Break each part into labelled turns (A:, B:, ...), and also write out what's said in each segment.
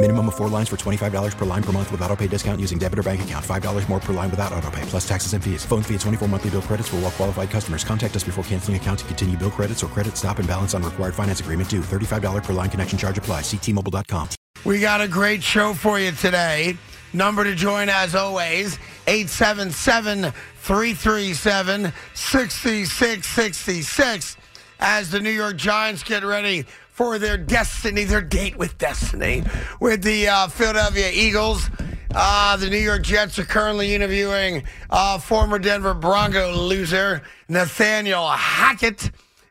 A: Minimum of four lines for $25 per line per month with auto pay discount using debit or bank account. $5 more per line without auto pay, plus taxes and fees. Phone fee at 24 monthly bill credits for all well qualified customers. Contact us before canceling account to continue bill credits or credit stop and balance on required finance agreement due. $35 per line connection charge apply. Ctmobile.com.
B: We got a great show for you today. Number to join as always, 877-337-6666 as the New York Giants get ready for their destiny, their date with destiny with the uh, Philadelphia Eagles. Uh, the New York Jets are currently interviewing uh, former Denver Bronco loser Nathaniel Hackett.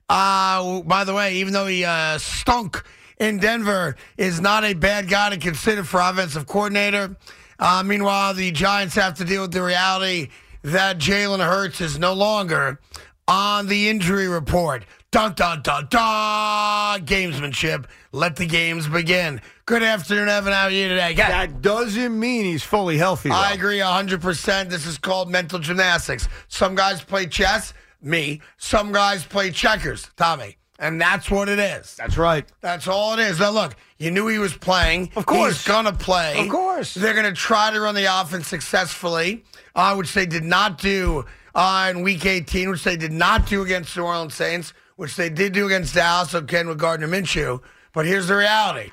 B: Uh, by the way, even though he uh, stunk in Denver, is not a bad guy to consider for offensive coordinator. Uh, meanwhile, the Giants have to deal with the reality that Jalen Hurts is no longer on the injury report. Dun dun dun dun! Gamesmanship. Let the games begin. Good afternoon, Evan. How are you today? Got-
C: That doesn't mean he's fully healthy. Though.
B: I agree 100%. This is called mental gymnastics. Some guys play chess, me. Some guys play checkers, Tommy. And that's what it is.
C: That's right.
B: That's all it is. Now, look, you knew he was playing.
C: Of course.
B: He's going to play.
C: Of course.
B: They're going to try to run the offense successfully, uh, which they did not do uh, in Week 18, which they did not do against the New Orleans Saints, which they did do against Dallas, okay, with Gardner Minshew. But here's the reality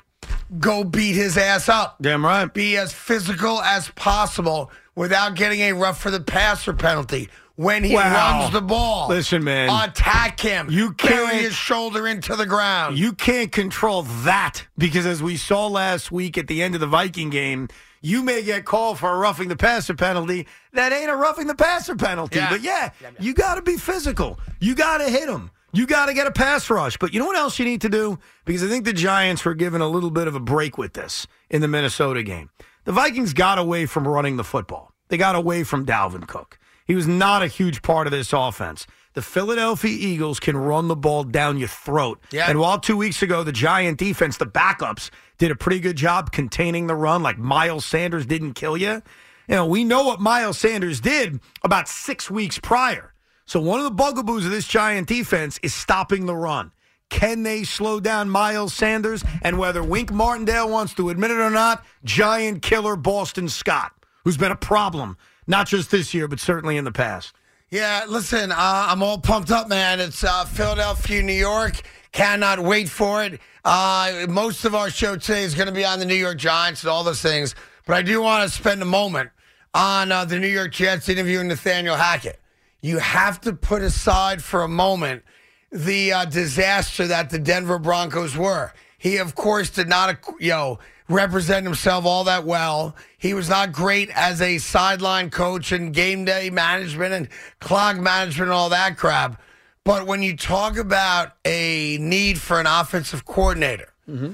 B: go beat his ass up
C: Damn right.
B: be as physical as possible without getting a rough for the passer penalty when he
C: Wow.
B: runs the ball.
C: Listen, man.
B: attack him.
C: You
B: carry
C: can't-
B: his shoulder into the ground.
C: You can't control that because, as we saw last week at the end of the Viking game, you may get called for a roughing the passer penalty. That ain't a roughing the passer penalty.
B: Yeah.
C: But yeah, you got to be physical. You got to hit him. You got to get a pass rush. But you know what else you need to do? Because I think the Giants were given a little bit of a break with this in the Minnesota game. The Vikings got away from running the football, they got away from Dalvin Cook. He was not a huge part of this offense. The Philadelphia Eagles can run the ball down your throat.
B: Yeah.
C: And while two weeks ago, the Giant defense, the backups, did a pretty good job containing the run, like Miles Sanders didn't kill you. You know, we know what Miles Sanders did about six weeks prior. So one of the bugaboos of this Giant defense is stopping the run. Can they slow down Miles Sanders? And whether Wink Martindale wants to admit it or not, Giant killer Boston Scott, who's been a problem, not just this year, but certainly in the past.
B: yeah, listen, uh, I'm all pumped up, man. It's uh, Philadelphia, New York. Cannot wait for it. Uh, most of our show today is going to be on the New York Giants and all those things. But I do want to spend a moment on uh, the New York Jets interviewing Nathaniel Hackett. You have to put aside for a moment the uh, disaster that the Denver Broncos were. He, of course, did not, you know, represent himself all that well. He was not great as a sideline coach and game day management and clock management and all that crap. But when you talk about a need for an offensive coordinator,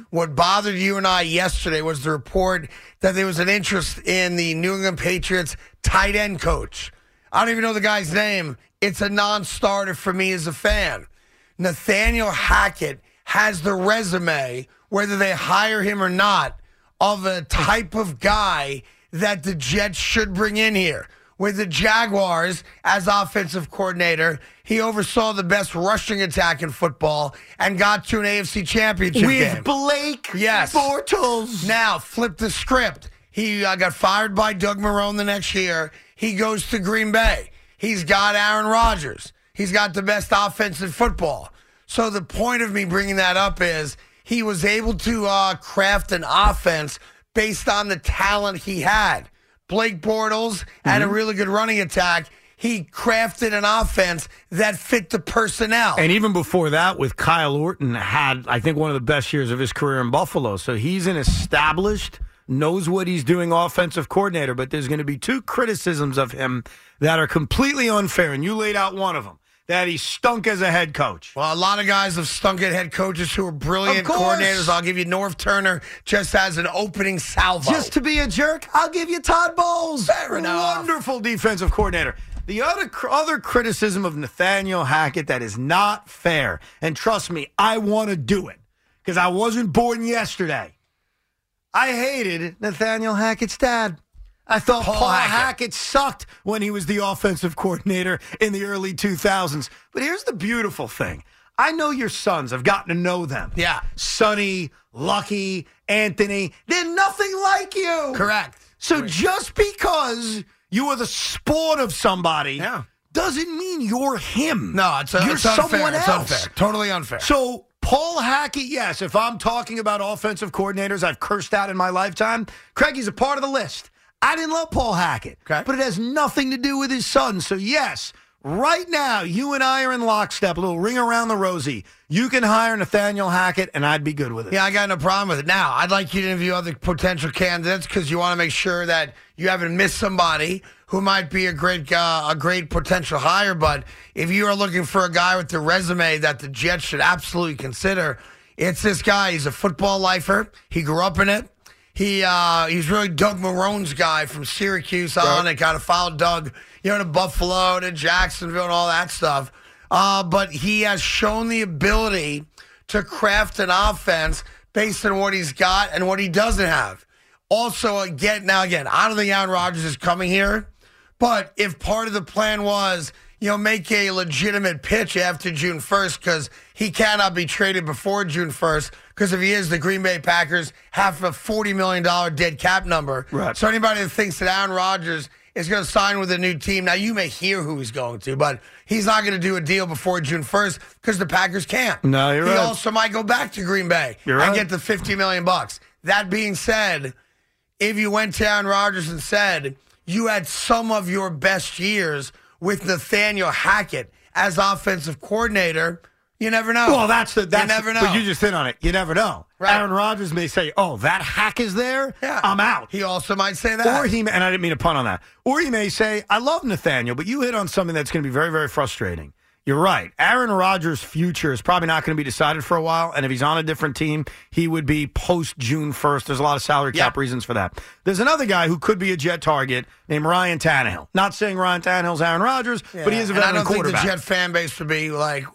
B: what bothered you and I yesterday was the report that there was an interest in the New England Patriots tight end coach. I don't even know the guy's name. It's a non starter for me as a fan. Nathaniel Hackett has the resume, whether they hire him or not, of a type of guy that the Jets should bring in here. With the Jaguars as offensive coordinator, he oversaw the best rushing attack in football and got to an AFC championship game.
C: With Blake
B: Yes.
C: Bortles.
B: Now, flip the script. He uh, got fired by Doug Marone the next year. He goes to Green Bay. He's got Aaron Rodgers. He's got the best offense in football. So the point of me bringing that up is he was able to uh, craft an offense based on the talent he had. Blake Bortles had a really good running attack. he crafted an offense that fit the personnel.
C: And even before that, with Kyle Orton, had I think one of the best years of his career in Buffalo. So he's an established, knows what he's doing, offensive coordinator. But there's going to be two criticisms of him that are completely unfair, and you laid out one of them that he stunk as a head coach.
B: Well, a lot of guys have stunk at head coaches who are brilliant
C: Of course.
B: coordinators. I'll give you North Turner just as an opening salvo.
C: Just to be a jerk, I'll give you Todd Bowles.
B: Fair enough.
C: Wonderful defensive coordinator. The other cr- other criticism of Nathaniel Hackett that is not fair, and trust me, I want to do it because I wasn't born yesterday. I hated Nathaniel Hackett's dad. I thought
B: Paul
C: Paul,
B: Hackett.
C: Hackett. sucked when he was the offensive coordinator in the early 2000s. But here's the beautiful thing. I know your sons. I've gotten to know them.
B: Yeah.
C: Sonny, Lucky, Anthony. They're nothing like you.
B: Correct.
C: So just because you are the spawn of somebody
B: Yeah.
C: doesn't mean you're him.
B: No, it's, uh,
C: you're
B: it's unfair.
C: someone
B: it's
C: else.
B: unfair. Totally unfair.
C: So Paul Hackett, yes. If I'm talking about offensive coordinators I've cursed out in my lifetime, Craigie's a part of the list. I didn't love Paul Hackett,
B: Okay.
C: but it has nothing to do with his son. So yes, right now you and I are in lockstep. A little ring around the rosy. You can hire Nathaniel Hackett, and I'd be good with it.
B: Yeah, I got no problem with it. Now, I'd like you to interview other potential candidates because you want to make sure that you haven't missed somebody who might be a great uh, a great potential hire. But if you are looking for a guy with the resume that the Jets should absolutely consider, it's this guy. He's a football lifer. He grew up in it. He uh, he's really Doug Marone's guy from Syracuse on it. Kind of followed Doug, you know, to Buffalo, to Jacksonville, and all that stuff. Uh, but he has shown the ability to craft an offense based on what he's got and what he doesn't have. Also, again, now again, I don't think Aaron Rodgers is coming here, but if part of the plan was, you know, make a legitimate pitch after June 1st because he cannot be traded before June 1st because if he is, the Green Bay Packers have a $40 million dead cap number.
C: Right.
B: So anybody that thinks that Aaron Rodgers is going to sign with a new team, now you may hear who he's going to, but he's not going to do a deal before June 1st because the Packers can't.
C: No, you're
B: he
C: right.
B: also might go back to Green Bay
C: You're
B: and
C: right.
B: get the 50 million bucks. That being said, if you went to Aaron Rodgers and said you had some of your best years with Nathaniel Hackett as offensive coordinator, you never know.
C: Well, that's the that's
B: you never know.
C: But you just hit on it. You never know.
B: Right.
C: Aaron Rodgers may say, "Oh, that hack is there.
B: Yeah.
C: I'm out."
B: He also might say that.
C: Or he may, and I didn't mean to pun on that. Or he may say, "I love Nathaniel," but you hit on something that's going to be very, very frustrating. You're right. Aaron Rodgers' future is probably not going to be decided for a while, and if he's on a different team, he would be post June 1st. There's a lot of salary cap
B: Yeah.
C: reasons for that. There's another guy who could be a Jet target named Ryan Tannehill. Not saying Ryan Tannehill's Aaron Rodgers, but he is a
B: And I don't
C: veteran
B: think the
C: quarterback.
B: Jet fan base would be like,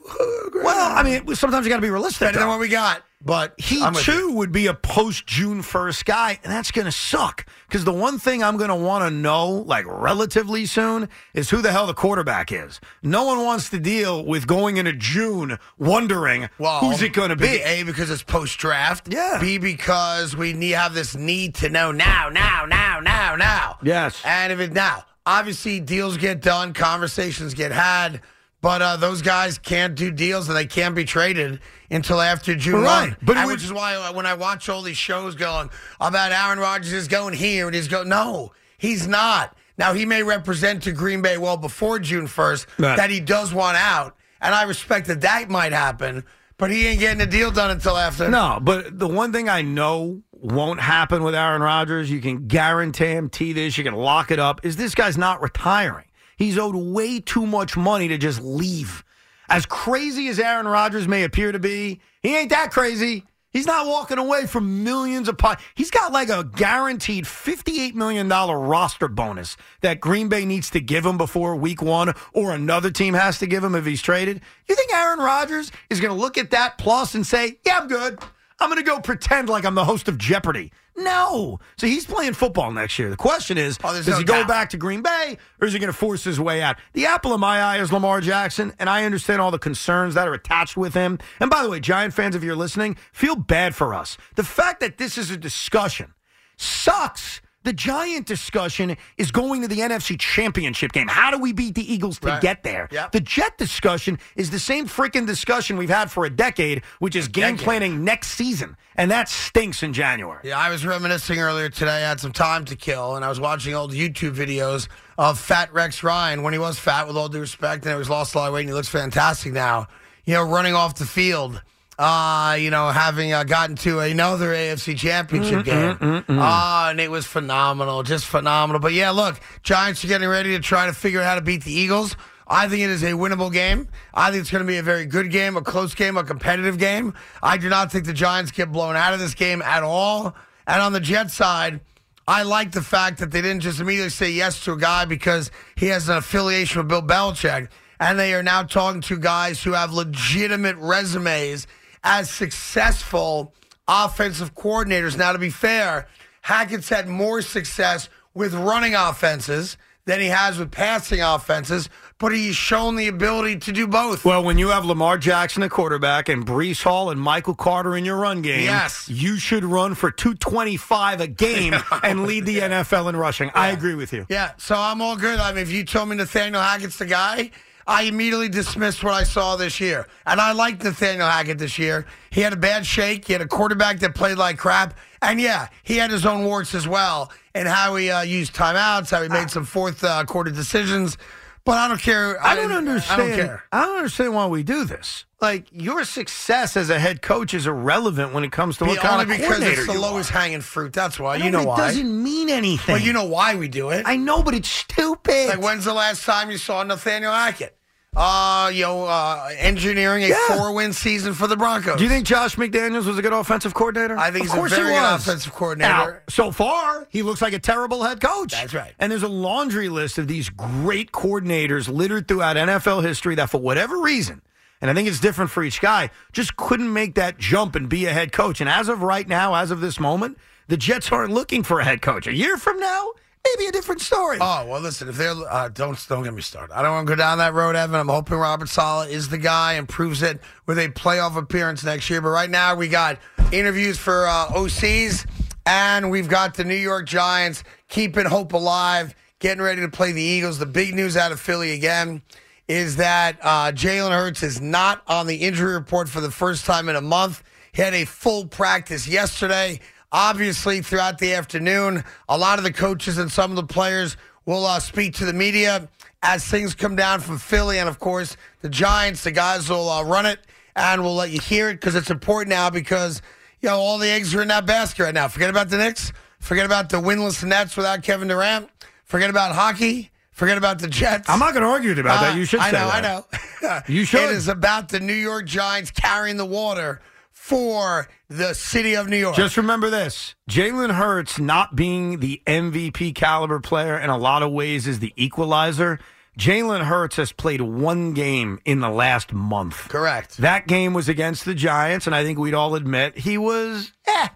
C: well, I mean, sometimes you got to be realistic.
B: better than
C: though.
B: what we got. But
C: he
B: I'm with you.
C: too would be a post June 1st guy, and that's going to suck. Because the one thing I'm going to want to know, like relatively soon, is who the hell the quarterback is. No one wants to deal with going into June wondering
B: Well, um,
C: who's it going to be.
B: A because it's post draft.
C: Yeah.
B: B because we need have this need to know now, now, now, now, now.
C: Yes.
B: And if it now, obviously deals get done, conversations get had, but uh, those guys can't do deals and they can't be traded until after June
C: Right.
B: 1.
C: But
B: And
C: we-
B: which is why uh, when I watch all these shows going about Aaron Rodgers is going here and he's going no, he's not. Now he may represent to Green Bay well before June first
C: Right.
B: that he does want out, and I respect that that might happen. But he ain't getting the deal done until after.
C: No, but the one thing I know won't happen with Aaron Rodgers, you can guarantee him, tee this, you can lock it up, is this guy's not retiring. He's owed way too much money to just leave. As crazy as Aaron Rodgers may appear to be, he ain't that crazy. He's not walking away from millions of pot. He's got like a guaranteed $58 million roster bonus that Green Bay needs to give him before week one or another team has to give him if he's traded. You think Aaron Rodgers is going to look at that plus and say, yeah, I'm good. I'm going to go pretend like I'm the host of Jeopardy. No. So he's playing football next year. The question is,
B: Oh, there's
C: does
B: no
C: he go
B: doubt.
C: back? back to Green Bay, or is he going to force his way out? The apple of my eye is Lamar Jackson, and I understand all the concerns that are attached with him. And by the way, Giant fans, if you're listening, feel bad for us. The fact that this is a discussion sucks. The Giant discussion is going to the NFC Championship game. How do we beat the Eagles to
B: Right.
C: get there?
B: Yeah.
C: The Jet discussion is the same freaking discussion we've had for a decade, which is game
B: decade.
C: planning next season, and that stinks in January.
B: Yeah, I was reminiscing earlier today. I had some time to kill, and I was watching old YouTube videos of Fat Rex Ryan when he was fat, with all due respect, and he was lost a lot of weight, and he looks fantastic now. You know, running off the field, uh, you know, having uh, gotten to another AFC Championship game, uh, and it was phenomenal, just phenomenal. But yeah, look, Giants are getting ready to try to figure out how to beat the Eagles. I think it is a winnable game. I think it's going to be a very good game, a close game, a competitive game. I do not think the Giants get blown out of this game at all. And on the Jets side, I like the fact that they didn't just immediately say yes to a guy because he has an affiliation with Bill Belichick. And they are now talking to guys who have legitimate resumes as successful offensive coordinators. Now, to be fair, Hackett's had more success with running offenses than he has with passing offenses, but he's shown the ability to do both.
C: Well, when you have Lamar Jackson at quarterback and Brees Hall and Michael Carter in your run game,
B: Yes.
C: you should run for 225 a game and lead the NFL in rushing. I agree with you.
B: Yeah, so I'm all good. I mean, if you told me Nathaniel Hackett's the guy, I immediately dismissed what I saw this year. And I liked Nathaniel Hackett this year. He had a bad shake. He had a quarterback that played like crap. And yeah, he had his own warts as well and how he uh, used timeouts, how he
C: Ah.
B: made some fourth uh, quarter decisions. But I don't care.
C: I don't
B: didn't-
C: understand.
B: I don't care.
C: I don't understand why we do this. Like your success as a head coach is irrelevant when it comes to what kind
B: Only
C: of
B: because
C: coordinator
B: it's the
C: you
B: lowest
C: are.
B: hanging fruit. That's why.
C: I
B: You
C: know,
B: know
C: but
B: why.
C: It doesn't mean anything.
B: But you know why we do it.
C: I know, but it's stupid.
B: Like, when's the last time you saw Nathaniel Hackett? Uh, you know, uh, engineering a
C: Yeah.
B: four-win season for the Broncos.
C: Do you think Josh McDaniels was a good offensive coordinator?
B: I think he's
C: of
B: a
C: course
B: very
C: he
B: good
C: was.
B: offensive coordinator.
C: Now, so far, he looks like a terrible head coach.
B: That's right.
C: And there's a laundry list of these great coordinators littered throughout NFL history that, for whatever reason, and I think it's different for each guy, just couldn't make that jump and be a head coach. And as of right now, as of this moment, the Jets aren't looking for a head coach. A year from now, maybe a different story.
B: Oh well, listen. If they're uh, don't don't get me started. I don't want to go down that road, Evan. I'm hoping Robert Sala is the guy and proves it with a playoff appearance next year. But right now, we got interviews for uh, OCs, and we've got the New York Giants keeping hope alive, getting ready to play the Eagles. The big news out of Philly again is that uh, Jalen Hurts is not on the injury report for the first time in a month. He had a full practice yesterday. Obviously, throughout the afternoon, a lot of the coaches and some of the players will uh, speak to the media as things come down from Philly. And of course, the Giants, the guys will uh, run it and we'll let you hear it because it's important now because, you know, all the eggs are in that basket right now. Forget about the Knicks. Forget about the winless Nets without Kevin Durant. Forget about hockey. Forget about the Jets.
C: I'm not going to argue about that.
B: Uh,
C: You should
B: I
C: say
B: know,
C: that.
B: I know.
C: You should.
B: It is about the New York Giants carrying the water for the city of New York.
C: Just remember this: Jalen Hurts not being the MVP caliber player in a lot of ways is the equalizer. Jalen Hurts has played one game in the last month.
B: Correct.
C: That game was against the Giants, and I think we'd all admit he was. Eh.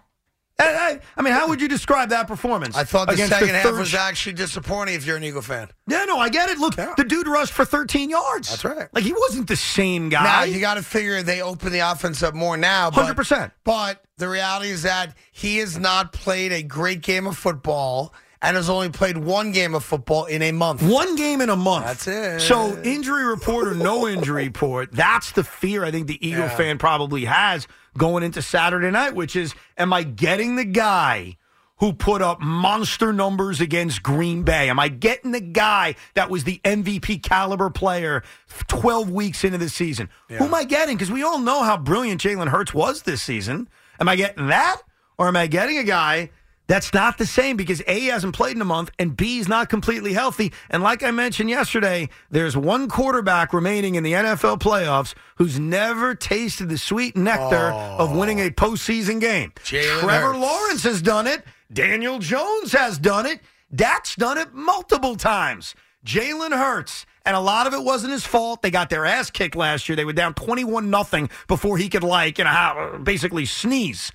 C: I, I- I mean, how would you describe that performance?
B: I thought the
C: against
B: second half
C: third-
B: was actually disappointing if you're an Eagle fan.
C: Yeah, no, I get it. Look,
B: Yeah.
C: the dude rushed for 13 yards.
B: That's right.
C: Like he wasn't the same guy.
B: Now you got to figure they open the offense up more now. but-
C: 100%.
B: But the reality is that he has not played a great game of football and has only played one game of football in a month.
C: One game in a month.
B: That's it.
C: So injury report or no injury report, that's the fear I think the Eagle
B: Yeah.
C: fan probably has going into Saturday night, which is am I getting the guy who put up monster numbers against Green Bay? Am I getting the guy that was the MVP caliber player 12 weeks into the season? Who am I getting? Because we all know how brilliant Jalen Hurts was this season. Am I getting that? Or am I getting a guy that's not the same because A hasn't played in a month and B is not completely healthy. And like I mentioned yesterday, there's one quarterback remaining in the NFL playoffs who's never tasted the sweet nectar of winning a postseason game.
B: Oh. Jalen
C: Trevor
B: Hurts.
C: Lawrence has done it. Daniel Jones has done it. Dak's done it multiple times. Jalen Hurts. And a lot of it wasn't his fault. They got their ass kicked last year. They were down 21 nothing before he could, like, you know, how- basically sneeze.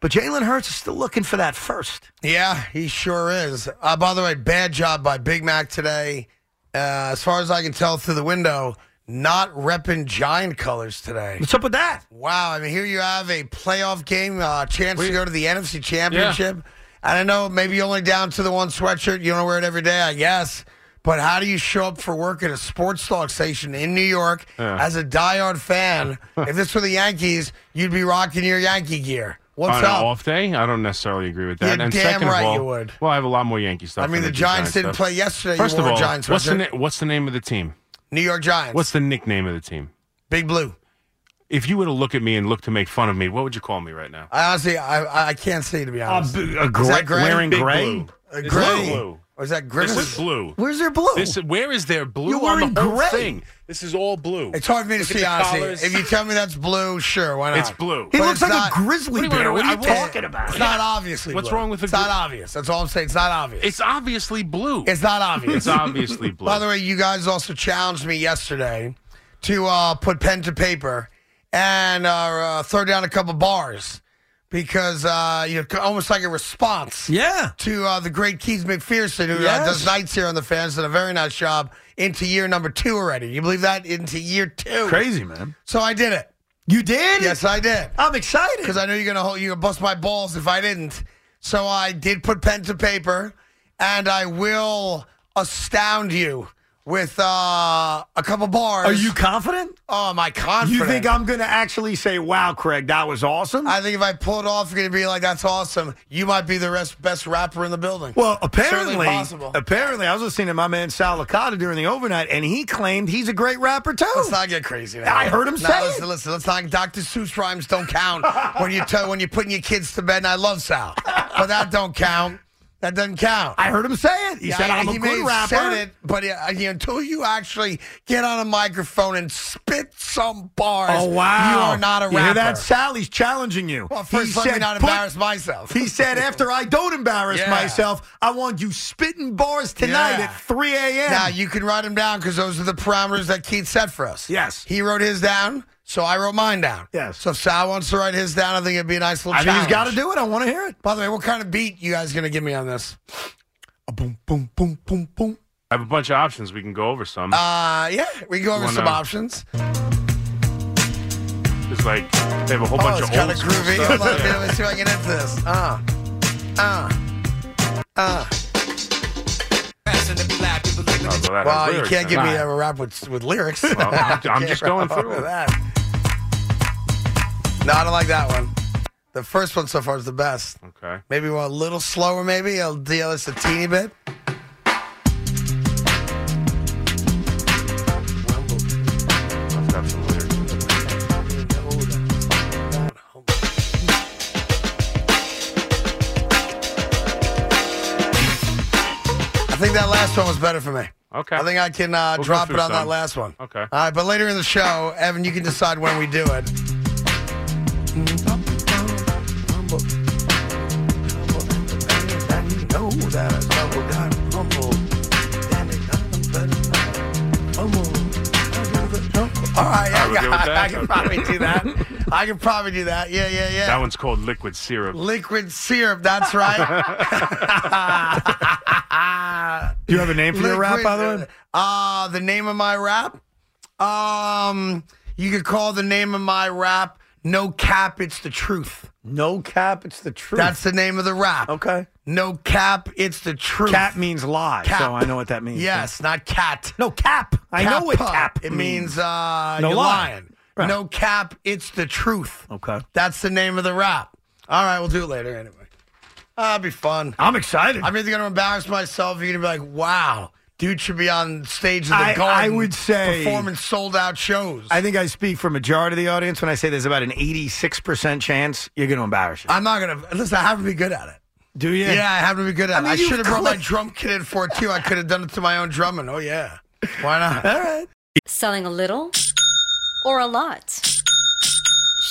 C: But Jalen Hurts is still looking for that first.
B: Yeah, he sure is. Uh, by the way, bad job by Big Mac today. Uh, as far as I can tell through the window, not repping giant colors today.
C: What's up with that?
B: Wow, I mean, here you have a playoff game, uh, chance to go to the NFC Championship. And I know maybe you're only down to the one sweatshirt. You don't wear it every day, I guess. But how do you show up for work at a sports talk station in New York as a diehard fan? if this were the Yankees, you'd be rocking your Yankee gear. What's
D: on
B: up?
D: an off day, I don't necessarily agree with that.
B: You're
D: and
B: damn
D: second
B: right
D: of all,
B: you would.
D: well, I have a lot more Yankee stuff.
B: I mean,
D: than
B: the
D: I do
B: Giants didn't
D: stuff.
B: play yesterday. You
D: First of
B: wore a
D: all,
B: Giants
D: what's the
B: jersey.
D: na- what's the name of the team?
B: New York Giants.
D: What's the nickname of the team?
B: Big Blue?
D: If you were to look at me and look to make fun of me, what would you call me right now?
B: I honestly, I, I can't see to
D: Uh,
B: be
C: A,
B: honest.
C: b- a
B: Is
C: gray,
B: that gray?
C: wearing
D: Big
C: gray.
D: blue.
B: Uh,
D: This
B: gray.
D: is blue.
B: Or is that
D: This
B: Grimace?
D: is blue.
C: Where's their blue?
D: This where is there blue
C: You're
D: on
C: wearing
D: the whole
C: gray.
D: thing? This is all blue.
B: It's hard for me to
D: Look at
B: see,
D: the
B: honestly.
D: collars.
B: If you tell me that's blue, sure, why not?
D: It's blue.
C: he
B: But
C: looks
B: it's
C: like
B: not-
C: a grizzly
D: What do you
C: bear.
D: mean,
C: What are you
D: I won't-
C: talking about?
B: It's not obviously.
D: What's
B: blue.
D: wrong with the
B: It's not
D: gr-
B: obvious. That's all I'm saying. It's not obvious.
D: It's obviously blue.
B: It's not obvious.
D: It's obviously blue.
B: By the way, you guys also challenged me yesterday to uh, put pen to paper and uh, uh, throw down a couple bars because uh, you know, almost like a response
C: Yeah.
B: to uh, the great Keith McPherson, who uh,
C: Yes.
B: does nights here on the fans, did a very nice job into year number two already. You believe that? Into year two.
C: Crazy, man.
B: So I did it.
C: You did?
B: Yes, I did.
C: I'm excited.
B: Because I know you're gonna hold, you're gonna bust my balls if I didn't. So I did put pen to paper, and I will astound you with uh, a couple bars.
C: Are you confident?
B: Oh, my confidence.
C: You think I'm going to actually say, wow, Craig, that was awesome?
B: I think if I pull it off, you're gonna be like, "That's awesome." You might be the rest, best rapper in the building.
C: well,
B: Certainly
C: apparently,
B: possible.
C: apparently, I was listening to my man Sal Licata during the overnight, and he claimed he's a great rapper too.
B: Let's not get crazy. Now.
C: I heard him
B: no,
C: say it.
B: Listen, listen. Let's not. Dr. Seuss rhymes don't count when you tell when you're putting your kids to bed. And I love Sal, but that don't count. That doesn't count.
C: I heard him say it. He
B: Yeah,
C: said,
B: I-
C: "I'm
B: he
C: a
B: may
C: good
B: have
C: rapper."
B: said it, but uh, you know, until you actually get on a microphone and spit some bars,
C: Oh wow!
B: you are not a
C: You
B: rapper.
C: hear that, Sal? He's challenging you.
B: well, first,
C: he
B: let me
C: said,
B: not
C: "Put-
B: embarrass myself.
C: He said, "After I don't embarrass
B: Yeah.
C: myself, I want you spitting bars tonight
B: Yeah.
C: at 3 a.m."
B: Now you can write them down because those are the parameters that Keith set for us.
C: Yes.
B: he wrote his down, so I wrote mine down.
C: Yes.
B: So if Sal wants to write his down, I think it'd be a nice little.
C: I think he's got to
B: challenge.
C: do it. I want to hear it.
B: By the way, what kind of beat you guys gonna give me on this? A boom, boom, boom, boom, boom.
D: I have a bunch of options. We can go over some.
B: Uh, yeah, we can go over
D: Wanna-
B: some options.
D: It's like they have a whole
B: Oh,
D: bunch
B: it's
D: of old
B: kind of
D: school
B: groovy.
D: stuff.
B: Hold on, let me- let me see if I can into this. Uh, uh, uh.
D: Although that has
B: Well, you
D: lyrics
B: can't
D: in
B: give
D: it.
B: me a rap with with lyrics.
D: Well, I'm- I'm just going
B: Can't roll
D: through.
B: with that. No, I don't like that one. The first one so far is the best.
D: Okay.
B: Maybe one a little slower. Maybe I'll deal this a teeny bit.
D: Let's have some lyrics.
B: I think that last one was better for me.
D: Okay.
B: I think I can uh,
D: We'll go
B: drop it
D: through
B: on that
D: some.
B: last one.
D: Okay.
B: All right, but later in the show, Evan, you can decide when we do it. All right, yeah,
D: All right, we're good with that?
B: I can probably do that. I can probably do that. Yeah, yeah, yeah.
D: That one's called liquid syrup.
B: Liquid syrup, that's right.
C: Do you have a name for your rap,
B: Liquid-
C: by the way?
B: Uh, the name of my rap? Um, you could call the name of my rap No Cap, It's the Truth.
C: No cap. It's the truth.
B: That's the name of the rap.
C: okay.
B: No Cap, It's the Truth.
C: Cap means lie,
B: Cap.
C: so I know what that means.
B: Yes, not cat.
C: No cap. I know what
B: Kappa.
C: cap.
B: It means uh,
C: No
B: you're
C: lie.
B: lying.
C: Right.
B: No cap, it's the truth.
C: Okay.
B: That's the name of the rap. All right, we'll do it later anyway. That'll be fun.
C: I'm excited.
B: I'm either going to embarrass myself. You're going to be like, wow, dude should be on stage in the
C: I-
B: garden.
C: I would say-
B: performing sold out shows.
C: I think I speak for majority of the audience when I say there's about an 86% chance you're going to embarrass yourself.
B: I'm not going to listen. I happen to be good at it.
C: Do you?
B: Yeah, I happen to be good at
C: mean,
B: it. I
C: you've
B: should have brought my
C: clicked.
B: drum kit in for it too. I could have done it to my own drumming. Oh yeah, why not?
C: All right.
E: Selling a little or a lot?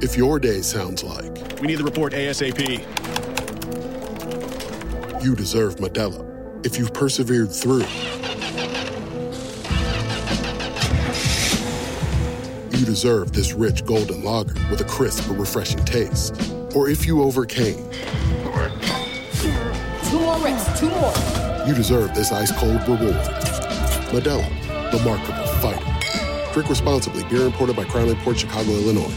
F: If your day sounds like
G: We need the report ASAP.
F: you deserve Medella, if you've persevered through, you deserve this rich golden lager with a crisp but refreshing taste. Or if you overcame,
H: Two more reps, two more.
F: you deserve this ice cold reward. Medella, the markable fighter. Drink responsibly. Beer imported by Crown Port Chicago, Illinois.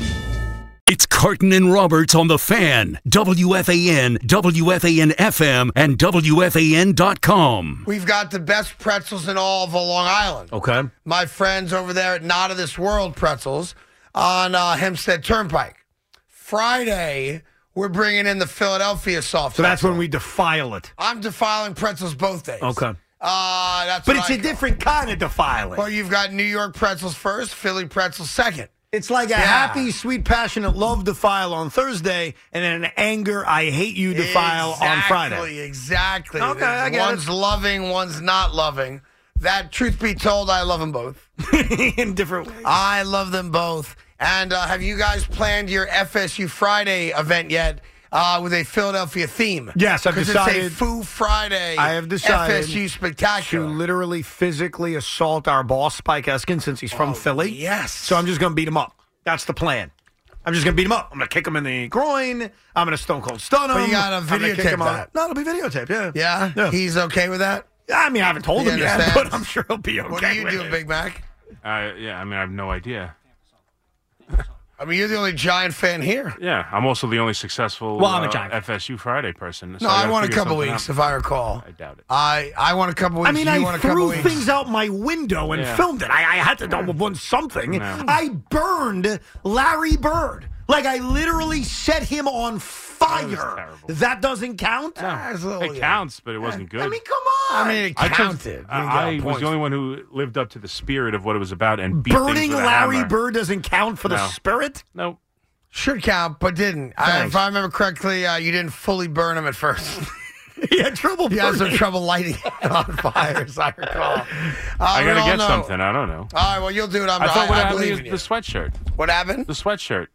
I: It's Carton and Roberts on the fan, WFAN, WFAN FM, and WFAN.com.
B: We've got the best pretzels in all of Long Island.
I: Okay.
B: My friends over there at Not of This World Pretzels on uh, Hempstead Turnpike. Friday, we're bringing in the Philadelphia soft.
C: So that's
B: pretzel.
C: when we defile it.
B: I'm defiling pretzels both days.
C: Okay.
B: Uh, that's
C: But
B: what
C: it's
B: I
C: a
B: call
C: different kind of
B: it.
C: defiling.
B: Well, you've got New York pretzels first, Philly pretzels second.
C: It's like a
B: Yeah.
C: happy, sweet, passionate love defile on Thursday, and then an anger, I hate you defile on Friday.
B: Exactly. Exactly.
C: Okay, I get
B: one's
C: it.
B: loving, one's not loving. That truth be told, I love them both.
C: In different ways.
B: I love them both. And uh, have you guys planned your FSU Friday event yet? Uh, with a Philadelphia theme.
C: Yes, I've
B: 'Cause It's
C: decided-
B: a Foo Friday.
C: I have decided
B: FSU
C: to
B: spectacular.
C: literally physically assault our boss, Spike Eskin, since he's from Philly.
B: Oh, yes.
C: So I'm just going to beat him up. That's the plan. I'm just going to beat him up. I'm going to kick him in the groin. I'm going to stone cold stun him.
B: But you gotta
C: I'm gonna kick
B: videotape
C: him out.
B: that.
C: No, it'll be videotaped. Yeah.
B: yeah? he's okay with that.
C: I mean, I haven't told
B: He
C: him yet,
B: understands.
C: but I'm sure he'll be okay.
B: What do you
C: with
B: do,
C: it.
B: Big Mac?
D: Uh, yeah, I mean, I have no idea.
B: I mean, you're the only Giant fan here.
D: Yeah, I'm also the only successful
I: Well, I'm a
D: uh,
I: Giant.
D: FSU Friday person.
B: No, I want a couple weeks, if I recall.
D: I double
B: I I want a couple weeks.
C: I mean,
B: you
C: I
B: want a couple
C: threw
B: weeks.
C: things out my window and
D: Yeah.
C: filmed it. I, I had to double one something.
D: No.
C: I burned Larry Bird. Like I literally set him on fire.
D: terrible.
C: That, doesn't count.
B: That's a little-
D: It counts, but it wasn't good.
C: I mean, come on.
B: Oh, I mean, it
D: I took- uh,
B: counted. You got
D: I, I was
B: points.
D: the only one who lived up to the spirit of what it was about and beat things
C: burning
D: with a
C: Larry
D: hammer.
C: Bird doesn't count for the
D: No.
C: spirit.
D: Nope.
B: should count, but didn't. I, if I remember correctly, uh, you didn't fully burn them at first.
C: he had trouble.
B: you had some
C: burning.
B: trouble lighting it on fire, as I recall. Uh,
D: I
B: we
D: gotta
B: all
D: get
B: know.
D: something. I don't know.
B: All right, well, you'll do it. I'm,
D: I thought what
B: I, I
D: happened
B: believe
D: is
B: in you.
D: the sweatshirt.
B: What happened?
D: The sweatshirt.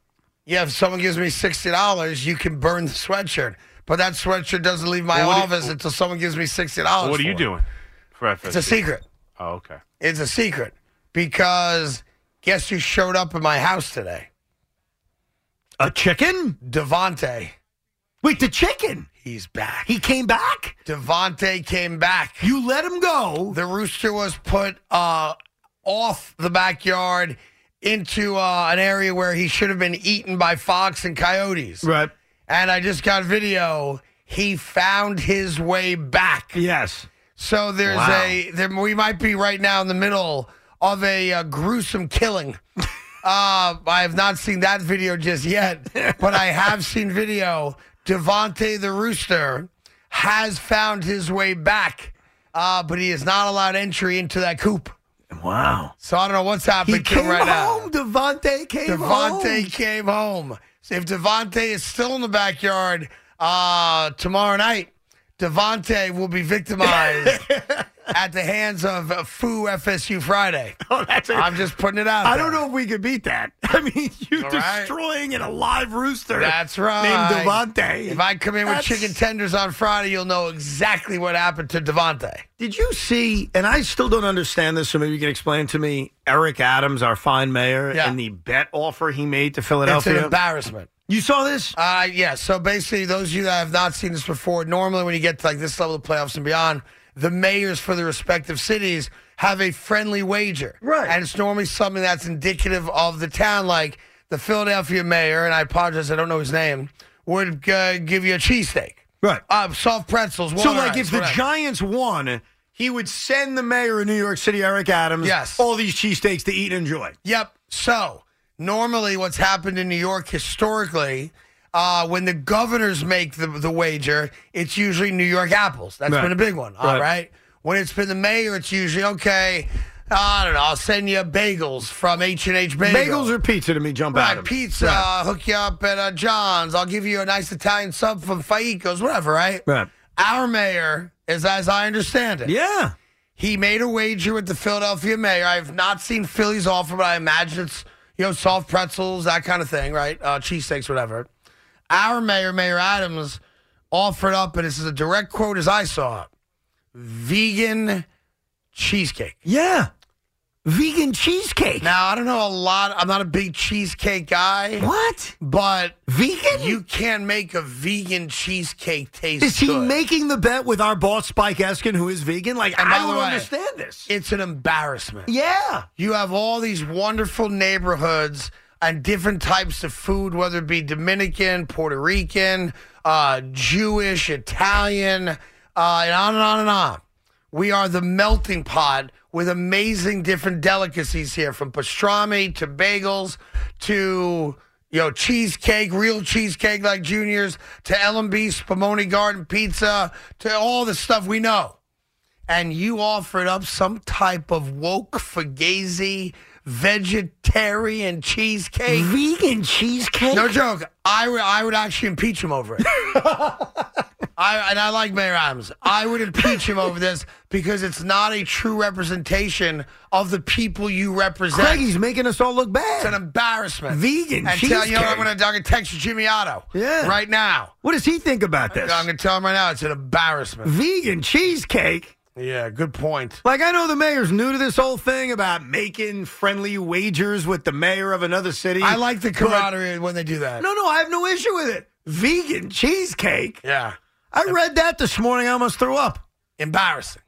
B: Yeah, if someone gives me sixty dollars, you can burn the sweatshirt, but that sweatshirt doesn't leave my
D: Well, what do you-
B: office until someone gives me sixty dollars.
D: what are you doing for FSU?
B: It's a secret.
D: Oh, okay.
B: It's a secret because guess who showed up at my house today?
C: A chicken?
B: Devonte.
C: Wait, the chicken.
B: He's back.
C: He came back.
B: Devonte came back.
C: You let him go.
B: The rooster was put uh, off the backyard into uh, an area where he should have been eaten by fox and coyotes.
C: Right.
B: And I just got video. He found his way back.
C: Yes.
B: So there's
C: Wow.
B: a there, we might be right now in the middle of a uh, gruesome killing. uh, I have not seen that video just yet, but I have seen video. Devonte the Rooster has found his way back, uh, but he is not allowed entry into that coop.
C: Wow.
B: So I don't know what's
C: He
B: happening to
C: came
B: him right
C: home.
B: now.
C: Devontae came home.
B: Devonte came home. So if Devonte is still in the backyard uh, tomorrow night, Devonte will be victimized at the hands of uh, Foo FSU Friday.
C: Oh, that's
B: i I'm just putting it out.
C: I
B: there.
C: don't know if we could beat that. I mean, you're destroying an alive rooster.
B: That's right.
C: Named Devontae.
B: If I come in
C: That's-
B: with chicken tenders on Friday, you'll know exactly what happened to Devontae.
C: Did you see? And I still don't understand this, so maybe you can explain to me. Eric Adams, our fine mayor,
B: Yeah.
C: and the bet offer he made to
B: It's
C: Philadelphia.
B: an embarrassment.
C: You saw this?
B: Uh, yeah. So basically, those of you that have not seen this before, normally when you get to like this level of playoffs and beyond, the mayors for the respective cities have a friendly wager. Right. And it's normally something that's indicative of the town. Like the Philadelphia mayor, and I apologize, I don't know his name, would uh, give you a cheesesteak.
C: Right.
B: Uh, soft pretzels.
C: so,
B: water
C: like,
B: ice,
C: if the
B: whatever.
C: Giants won, he would send the mayor of New York City, Eric Adams,
B: Yes.
C: all these cheesesteaks to eat and enjoy.
B: Yep. So normally, what's happened in New York historically, uh, when the governors make the, the wager, it's usually New York apples. That's
C: Right.
B: been a big one. All
C: Right.
B: right. When it's been the mayor, it's usually okay. I don't know. I'll send you bagels from H and H Bagels.
C: Bagels or pizza to me, jump out.
B: Right, pizza, hook you up at uh, John's. I'll give you a nice Italian sub from Faicos, whatever, right?
C: Right.
B: Our mayor is, as I understand it,
C: Yeah.
B: he made a wager with the Philadelphia mayor. I have not seen Philly's offer, but I imagine it's you know soft pretzels, that kind of thing, right? Uh, cheesesteaks, whatever. Our mayor, Mayor Adams, offered up, and this is a direct quote as I saw it: vegan cheesecake.
C: Yeah. Vegan cheesecake.
B: Now I don't know a lot. I'm not a big cheesecake guy,
C: What?
B: but
C: Vegan?
B: you can make a vegan cheesecake taste.
C: Is he
B: good.
C: making the bet with our boss, Spike Eskin, who is vegan? Like,
B: And
C: I
B: by
C: don't
B: the way-
C: understand this.
B: It's an embarrassment.
C: Yeah.
B: You have all these wonderful neighborhoods and different types of food, whether it be Dominican, Puerto Rican, uh, Jewish, Italian, uh, and on and on and on. We are the melting pot with amazing different delicacies here, from pastrami to bagels to you know cheesecake, real cheesecake like Junior's, to LMB Spumoni Garden Pizza, to all the stuff we know and you offered up some type of woke fugazi vegetarian cheesecake.
C: Vegan cheesecake?
B: No joke. I would I would actually impeach him over it. I and I like Mayor Adams. I would impeach him over this because it's not a true representation of the people you represent.
C: Craig, he's making us all look bad.
B: it's an embarrassment.
C: Vegan
B: and tell you know,
C: cheesecake.
B: I'm gonna, I'm gonna text Jimmy Otto.
C: Yeah.
B: Right now.
C: what does he think about this?
B: I'm gonna tell him right now. It's an embarrassment.
C: vegan cheesecake.
B: Yeah. Good point.
C: Like I know the mayor's new to this whole thing about making friendly wagers with the mayor of another city.
B: I like the
C: but-
B: camaraderie when they do that.
C: No, no, I have no issue with it. Vegan cheesecake.
B: Yeah.
C: I read that this morning. I almost threw up.
B: embarrassing.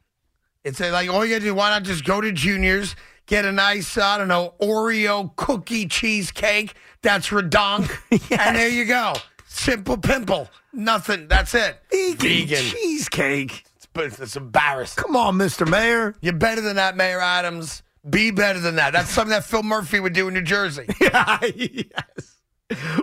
B: It's uh, like all you gotta do. Why not just go to Junior's, get a nice I don't know Oreo cookie cheesecake that's redonk, and there you go. Simple pimple, nothing. That's it.
C: Vegan,
B: Vegan.
C: cheesecake.
B: It's, but it's embarrassing.
C: Come on, Mr. Mayor.
B: You're better than that, Mayor Adams. Be better than that. That's something that Phil Murphy would do in New Jersey.
C: yes.